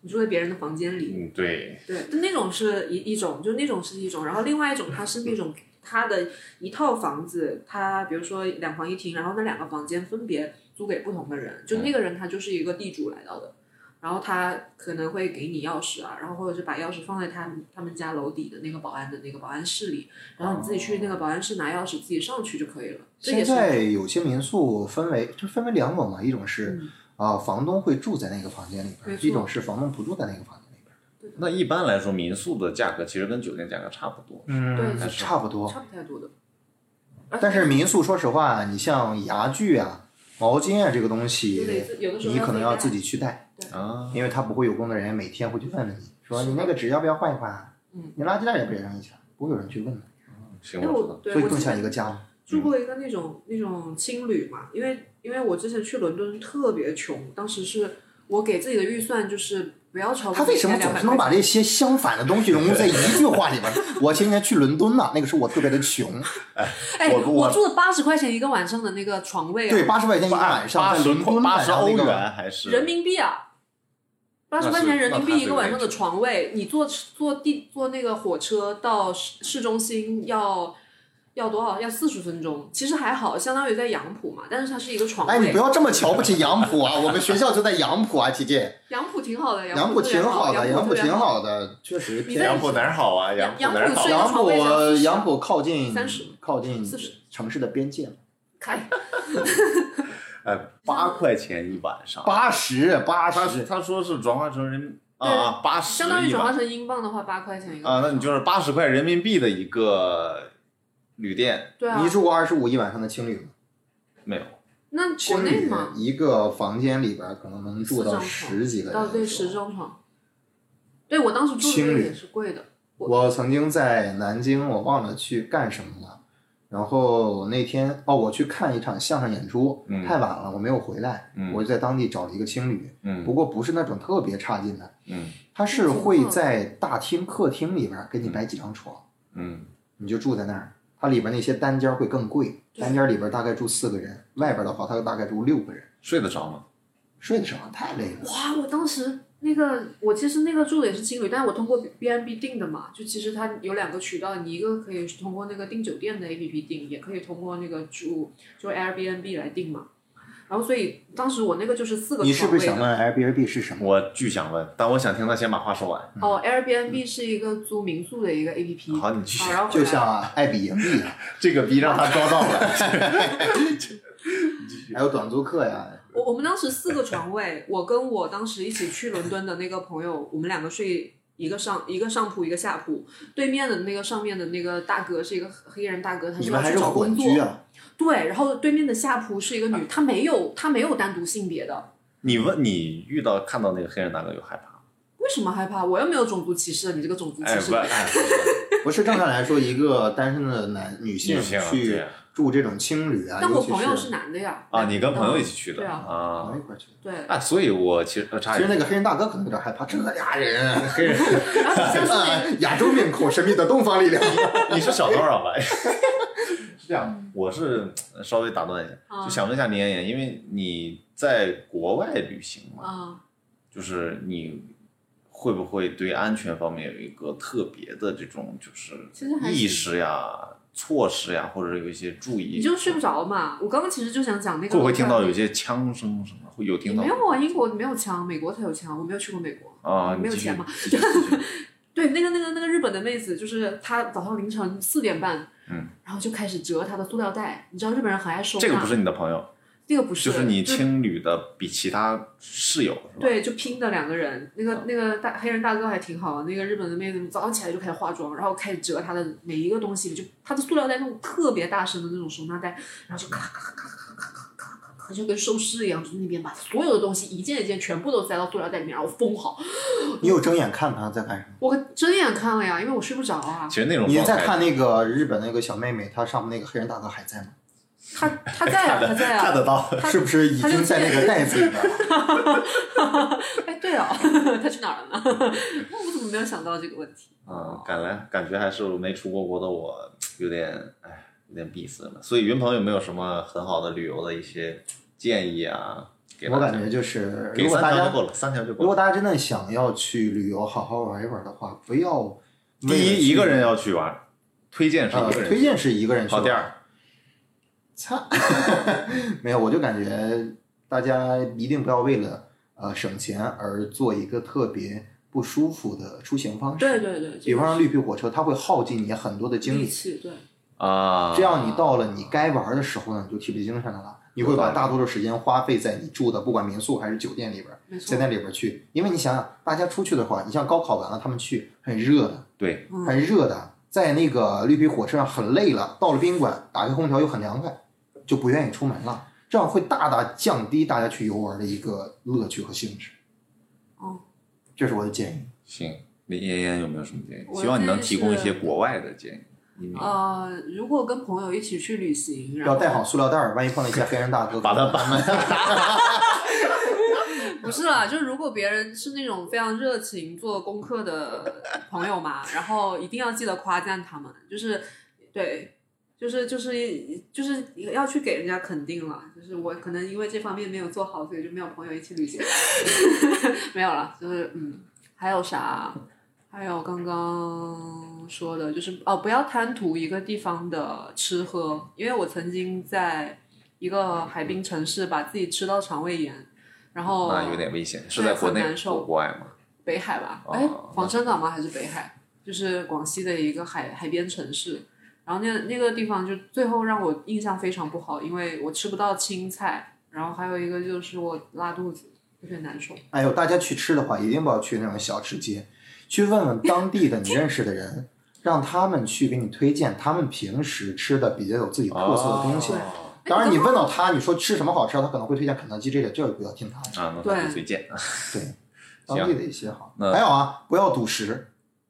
Speaker 2: 你住在别人的房间里，
Speaker 1: 嗯，对，
Speaker 2: 对，但那种是一一种，就那种是一种，然后另外一种它是那种它的一套房子，它比如说两房一厅，然后那两个房间分别租给不同的人，就那个人他就是一个地主来到的，然后他可能会给你钥匙啊，然后或者是把钥匙放在他们他们家楼底的那个保安的那个保安室里，然后你自己去那个保安室拿钥匙，自己上去就可以了。这也
Speaker 3: 哦现
Speaker 2: 是
Speaker 3: 在有些民宿分为就分为两种嘛，一种是
Speaker 2: 嗯
Speaker 3: 啊、房东会住在那个房间里边
Speaker 2: 没
Speaker 3: 儿，
Speaker 2: 错
Speaker 3: 一种是房东不住在那个房间里边儿。
Speaker 1: 那一般来说，民宿的价格其实跟酒店价格差不多，
Speaker 3: 嗯
Speaker 2: 对
Speaker 3: 差不多。
Speaker 2: 差不太多的。
Speaker 3: 但是民宿，说实话，你像牙具啊、毛巾啊这个东
Speaker 2: 有的
Speaker 3: 西，
Speaker 2: 有的时候
Speaker 3: 你可能要
Speaker 2: 自
Speaker 3: 自己去带，
Speaker 1: 啊，
Speaker 3: 因为他不会有工作人员每天会去问问你说
Speaker 2: 嗯是的
Speaker 3: 你那个纸要不要换一换啊
Speaker 2: 嗯，
Speaker 3: 你垃圾袋要不要扔一下，不会有人去问的。
Speaker 1: 行，
Speaker 2: 因为
Speaker 1: 我知
Speaker 2: 哎我
Speaker 1: 道。
Speaker 2: 对
Speaker 3: 所以
Speaker 2: 我
Speaker 3: 更
Speaker 2: 之
Speaker 3: 像
Speaker 2: 前
Speaker 3: 一个家嘛。
Speaker 2: 住过一个那种那种青旅嘛，因为因为我之前去伦敦特别穷，当时是我给自己的预算就是不要超过
Speaker 3: 他为什么
Speaker 2: 两
Speaker 3: 总
Speaker 2: 百
Speaker 3: 是能
Speaker 2: 块
Speaker 3: 把
Speaker 2: 钱。
Speaker 3: 这些相反的东西融入在一句话里边？我前几年去伦敦呢，那个时候我特别的穷，
Speaker 2: 哎，
Speaker 1: 我
Speaker 2: 我
Speaker 1: 我
Speaker 2: 住了八十块钱一个晚上的那个床位、啊，
Speaker 3: 对，八十块钱一个晚上，
Speaker 1: 八
Speaker 3: 在
Speaker 1: 十
Speaker 3: 伦敦
Speaker 1: 八
Speaker 3: 买
Speaker 1: 十
Speaker 3: 到
Speaker 1: 欧
Speaker 3: 那个
Speaker 1: 元还是
Speaker 2: 人民币啊，八
Speaker 1: 那
Speaker 2: 十
Speaker 1: 是
Speaker 2: 块钱人民
Speaker 1: 那它
Speaker 2: 币
Speaker 1: 是
Speaker 2: 一个晚上
Speaker 1: 有
Speaker 2: 的
Speaker 1: 点
Speaker 2: 床位，你坐坐地坐那个火车到市市中心要要多少？要四十分钟，其实还好，相当于在杨浦嘛，但是它是一个床位。
Speaker 3: 哎，你不要这么瞧不起杨浦啊！我们学校就在杨浦啊，姐姐，
Speaker 2: 杨浦挺好的，
Speaker 3: 杨
Speaker 2: 浦
Speaker 3: 浦
Speaker 2: 特别
Speaker 3: 挺
Speaker 2: 好
Speaker 3: 的，
Speaker 2: 杨
Speaker 3: 杨浦
Speaker 2: 特别
Speaker 3: 挺。好的，确实
Speaker 2: 你
Speaker 3: 便
Speaker 2: 在
Speaker 1: 杨浦哪儿好啊？
Speaker 2: 杨
Speaker 1: 浦哪儿
Speaker 2: 杨浦
Speaker 1: 好啊？
Speaker 2: 虽？然床位
Speaker 3: 杨浦
Speaker 2: 上四十
Speaker 3: 杨浦靠近
Speaker 2: 30
Speaker 3: 靠近
Speaker 2: 40
Speaker 3: 城市的边界，
Speaker 2: 开
Speaker 1: 哎，八块钱一晚上，
Speaker 3: 八十八
Speaker 1: 他
Speaker 3: 十，
Speaker 1: 他说是转化成人民啊
Speaker 2: 对
Speaker 1: 啊八十
Speaker 2: 相当于
Speaker 1: 一
Speaker 2: 转化
Speaker 1: 晚
Speaker 2: 成英镑的话，八块钱一个
Speaker 1: 啊，那你就是八十块人民币的一个旅店
Speaker 2: 对啊
Speaker 3: 你，住过二十五一晚上的青旅吗？
Speaker 1: 没有？
Speaker 2: 那国
Speaker 3: 青
Speaker 2: 内
Speaker 3: 旅
Speaker 2: 嘛，
Speaker 3: 一个房间里边可能能住
Speaker 2: 四
Speaker 3: 到
Speaker 2: 张床
Speaker 3: 十几个人
Speaker 2: 到
Speaker 3: 的时候，
Speaker 2: 对十张床，对我当时住的那
Speaker 3: 青
Speaker 2: 个
Speaker 3: 旅
Speaker 2: 也是贵的，
Speaker 3: 我曾经在南京，我忘了去干什么了。然后那天哦，我去看一场相声演出，
Speaker 1: 嗯
Speaker 3: 太晚了，我没有回来，
Speaker 1: 嗯
Speaker 3: 我就在当地找了一个青旅，不
Speaker 1: 嗯
Speaker 3: 过不是那种特别差劲的，
Speaker 1: 嗯
Speaker 3: 它是会在大厅、客厅里边给你摆几张床，
Speaker 1: 嗯
Speaker 3: 你就住在那儿。它里边那些单间会更贵，
Speaker 2: 对
Speaker 3: 单间里边大概住四个人，外边的话它大概住六个人，
Speaker 1: 睡得着吗？
Speaker 3: 睡得上太累了。
Speaker 2: 哇，我当时那个，我其实那个住的也是青旅，但是我通过 B N B 订的嘛，就其实它有两个渠道，你一个可以通过那个订酒店的 A P P 订，也可以通过那个住就 Airbnb 来订嘛。然后所以当时我那个就是四个
Speaker 3: 你是
Speaker 2: 床
Speaker 3: 不
Speaker 2: 位
Speaker 3: 是想
Speaker 2: 的。
Speaker 3: 问 Airbnb 是什么？
Speaker 1: 我巨想问，但我想听他先把话说完。
Speaker 2: 哦，Airbnb 是一个租民宿的一个 A P P。
Speaker 1: 好，你继续。
Speaker 2: 然后回
Speaker 3: 就
Speaker 2: 来
Speaker 3: 像爱彼迎彼啊，
Speaker 1: 这个逼让他抓到了。
Speaker 3: 还有短租客呀，
Speaker 2: 我我们当时四个床位，我跟我当时一起去伦敦的那个朋友，我们两个睡一个上一个上铺一个下铺，对面的那个上面的那个大哥是一个黑人大哥，他
Speaker 3: 你
Speaker 2: 是
Speaker 3: 们
Speaker 2: 要
Speaker 3: 还
Speaker 2: 去
Speaker 3: 是
Speaker 2: 找工
Speaker 3: 混
Speaker 2: 作，
Speaker 3: 居啊？
Speaker 2: 对，然后对面的下铺是一个女，她没有她没有单独性别的，
Speaker 1: 你问你遇到看到那个黑人大哥有害怕吗？
Speaker 2: 为什么害怕？我又没有种族歧视，你这个种族
Speaker 1: 哎，
Speaker 2: 歧视
Speaker 1: 不，哎，
Speaker 3: 不是正常来说，一个单身的男女性
Speaker 1: 女性啊
Speaker 3: 去
Speaker 1: 对
Speaker 3: 住这种青旅啊，
Speaker 2: 但我
Speaker 3: 尤其
Speaker 2: 朋友
Speaker 3: 是
Speaker 2: 是男的呀。
Speaker 1: 啊，你跟朋友一起去
Speaker 2: 对
Speaker 1: 的
Speaker 2: 啊
Speaker 3: 朋
Speaker 1: 啊
Speaker 3: 友？一块儿去的。
Speaker 2: 对，
Speaker 1: 啊，所以我其实呃差
Speaker 3: 其实
Speaker 1: 点
Speaker 3: 那个黑人大哥可能有点害怕，这俩 人，黑人，
Speaker 2: 然后 像是那
Speaker 3: 哎亚洲面孔，神秘的东方力量。
Speaker 1: 你是小多少 吧？是这样，我是呃稍微打断一下，
Speaker 2: 嗯啊
Speaker 1: 就想问一下林妍妍，因为你在国外旅行嘛，
Speaker 2: 啊，
Speaker 1: 就是你会不会对安全方面有一个特别的这种就是
Speaker 2: 其实还
Speaker 1: 意
Speaker 2: 行
Speaker 1: 识呀、措施呀，或者有一些注意？
Speaker 2: 你就睡不着嘛。我刚刚其实就想讲那个，啊
Speaker 1: 会不会听到有些枪声什么？会有听到
Speaker 2: 没有啊？英国没有枪，美国才有枪。我没有去过美国。
Speaker 1: 啊？
Speaker 2: 没有
Speaker 1: 你继续
Speaker 2: 钱吗？
Speaker 1: 继续继 续
Speaker 2: 对，那个那个那个日本的妹子，就是她早上凌晨四点半，
Speaker 1: 嗯，
Speaker 2: 然后就开始折她的塑料袋。你知道日本人很爱收纳，
Speaker 1: 这个不是你的朋友，
Speaker 2: 那个不
Speaker 1: 就
Speaker 2: 是，
Speaker 1: 是你青旅的比其他室友是吧？
Speaker 2: 对，就拼的两个人，那个那个大黑人大哥还挺好，那个日本的妹子早上起来就开始化妆，然后开始折她的每一个东西，就她的塑料袋那种特别大声的那种收纳袋，然后就咔咔咔咔咔咔咔咔咔咔，就跟收尸一样，从那边把所有的东西一件一件全部都塞到塑料袋里面，然后封好。
Speaker 3: 你有睁眼看他在干什么？
Speaker 2: 我睁眼看了呀，因为我睡不着啊。
Speaker 1: 其实那种
Speaker 3: 你
Speaker 1: 状态
Speaker 3: 在看那个日本那个小妹妹，她上面那个黑人大哥还在吗？
Speaker 2: 他他在啊，他 在
Speaker 1: 看
Speaker 2: 啊。
Speaker 1: 得到，
Speaker 2: 他
Speaker 3: 是不是已
Speaker 2: 他就
Speaker 3: 经在那个袋子里边了？
Speaker 2: 哎，对哦， 他去哪儿了呢？ 我怎么没有想到这个问题？
Speaker 1: 嗯，感来感觉还是没出过国的我有点哎，有点闭塞了。所以云鹏有没有什么很好的旅游的一些建议啊？给
Speaker 3: 我
Speaker 1: 大
Speaker 3: 感
Speaker 1: 家
Speaker 3: 觉就是，
Speaker 1: 给
Speaker 3: 如果
Speaker 1: 三
Speaker 3: 大
Speaker 1: 条
Speaker 3: 家
Speaker 1: 就够了，三条就
Speaker 3: 如
Speaker 1: 够
Speaker 3: 果
Speaker 1: 了。
Speaker 3: 大家真的想要去旅游，好好玩一玩的话，不要
Speaker 1: 第
Speaker 3: 为了
Speaker 1: 一，
Speaker 3: 去
Speaker 1: 一个人要去玩，推荐是一
Speaker 3: 呃，
Speaker 1: 个人去，
Speaker 3: 推荐是一个人去
Speaker 1: 好
Speaker 3: 玩。
Speaker 1: 第 二，
Speaker 3: 擦，没有，我就感觉大家一定不要为了呃省钱而做一个特别不舒服的出行方式。
Speaker 2: 对对对，
Speaker 3: 比方说绿皮火车，它会耗尽你很多的精
Speaker 2: 力
Speaker 3: 力，
Speaker 2: 气，对，嗯
Speaker 1: 啊，
Speaker 3: 这样你到了你该玩的时候呢，你就提不起精神来了。你会把大多数时间花费在你住的不管民宿还是酒店里边，
Speaker 2: 没错
Speaker 3: 在。那里边去。因为你想想，大家出去的话，你像高考完了，他们去很热的，
Speaker 1: 对，
Speaker 3: 很热的，在那个绿皮火车上很累了，到了宾馆打开空调又很凉快，就不愿意出门了。这样会大大降低大家去游玩的一个乐趣和兴致。
Speaker 2: 哦，
Speaker 3: 这是我的建议。
Speaker 1: 行。林妍妍有没有什么建议？
Speaker 2: 我
Speaker 1: 希望你能
Speaker 2: 建议
Speaker 1: 提供一
Speaker 2: 是
Speaker 1: 些国外的建议。你
Speaker 2: 呃，如果跟朋友一起去旅行，然
Speaker 3: 要
Speaker 2: 后
Speaker 3: 带好塑料袋儿，万一碰到一些黑人大 哥，
Speaker 1: 把它搬了。
Speaker 2: 不是啦，就是如果别人是那种非常热情做功课的朋友嘛，然后一定要记得夸赞他们，就是对，就是就是就是要去给人家肯定了。就是我可能因为这方面没有做好，所以就没有朋友一起旅行， 没有了。就是嗯，还有啥？还有刚刚说的，就是哦，不要贪图一个地方的吃喝，因为我曾经在一个海滨城市把自己吃到肠胃炎。然后
Speaker 1: 啊那有点危险，是
Speaker 2: 对
Speaker 1: 在国
Speaker 2: 很
Speaker 1: 内
Speaker 2: 难受
Speaker 1: 国外吗？
Speaker 2: 北海吧，
Speaker 1: 哦
Speaker 2: 哎、黄山岛吗？还是北海？就是广西的一个海海边城市。然后那那个地方就最后让我印象非常不好，因为我吃不到青菜，然后还有一个就是我拉肚子，有点难受。
Speaker 3: 哎呦，大家去吃的话，一定不要去那种小吃街，去问问当地的你认识的人，让他们去给你推荐他们平时吃的比较有自己特色的东西。
Speaker 1: 哦
Speaker 3: 当然，你问到他，你说吃什么好吃，他可能会推荐肯德基这类，这个不要听他的，
Speaker 1: 啊，那
Speaker 2: 对
Speaker 1: 他就随便。
Speaker 3: 对，当地的一些好。
Speaker 1: 那
Speaker 3: 还有啊，不要赌石，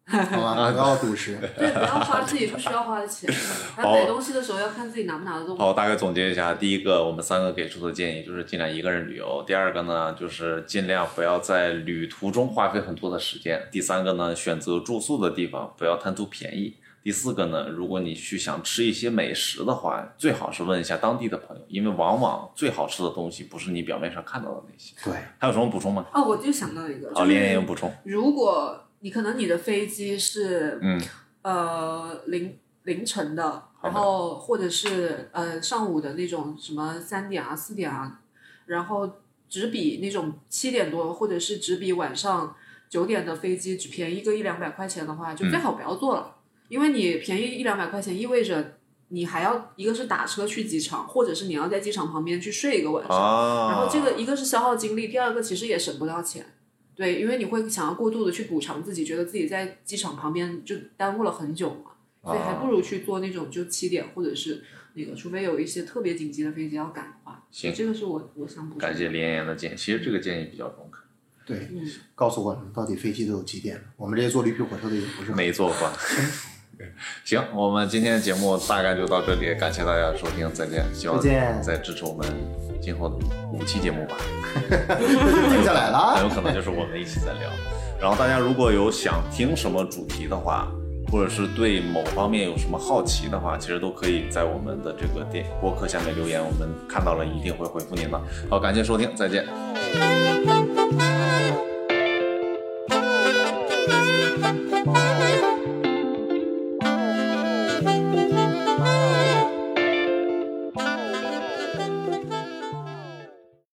Speaker 3: 好吗？不要赌石。
Speaker 2: 对，不要花自己不需要花的钱。然后买东西的时候要看自己拿不拿得动。
Speaker 1: 好，大概总结一下，第一个我们三个给出的建议就是尽量一个人旅游；第二个呢，就是尽量不要在旅途中花费很多的时间；第三个呢，选择住宿的地方不要贪图便宜；第四个呢，如果你去想吃一些美食的话，最好是问一下当地的朋友，因为往往最好吃的东西不是你表面上看到的那些。
Speaker 3: 对，
Speaker 1: 还有什么补充吗？
Speaker 2: 哦，我就想到一个，
Speaker 1: 好，
Speaker 2: 就
Speaker 1: 连连有
Speaker 2: 是
Speaker 1: 补充。
Speaker 2: 如果你可能你的飞机是
Speaker 1: 嗯，
Speaker 2: 呃凌凌晨的，
Speaker 1: 好的
Speaker 2: 然后或者是呃上午的那种什么三点啊四点啊，然后只比那种七点多或者是只比晚上九点的飞机只便宜个一两百块钱的话，
Speaker 1: 嗯
Speaker 2: 就最好不要坐了，因为你便宜一两百块钱意味着你还要一个是打车去机场，或者是你要在机场旁边去睡一个晚上。
Speaker 1: 啊，
Speaker 2: 然后这个一个是消耗精力，第二个其实也省不到钱，对，因为你会想要过度的去补偿自己，觉得自己在机场旁边就耽误了很久嘛，所以还不如去做那种就七点或者是那个，除非有一些特别紧急的飞机要赶的话，
Speaker 1: 行
Speaker 2: 这个是我我想补充的
Speaker 1: 感谢连连的建议，其实这个建议比较中肯，
Speaker 3: 对，
Speaker 2: 嗯，
Speaker 3: 告诉我们到底飞机都有几点？我们这些坐绿皮火车的也不是很
Speaker 1: 没做过。 行，我们今天的节目大概就到这里，感谢大家的收听，再见，希望
Speaker 3: 再见
Speaker 1: 再支持我们今后的五期节目 吧，
Speaker 3: 定下来了啊
Speaker 1: 很。有可能就是我们一起在聊。然后大家如果有想听什么主题的话，或者是对某方面有什么好奇的话，其实都可以在我们的这个电播客下面留言，我们看到了一定会回复您的。好，感谢收听，再见。
Speaker 4: Thank you.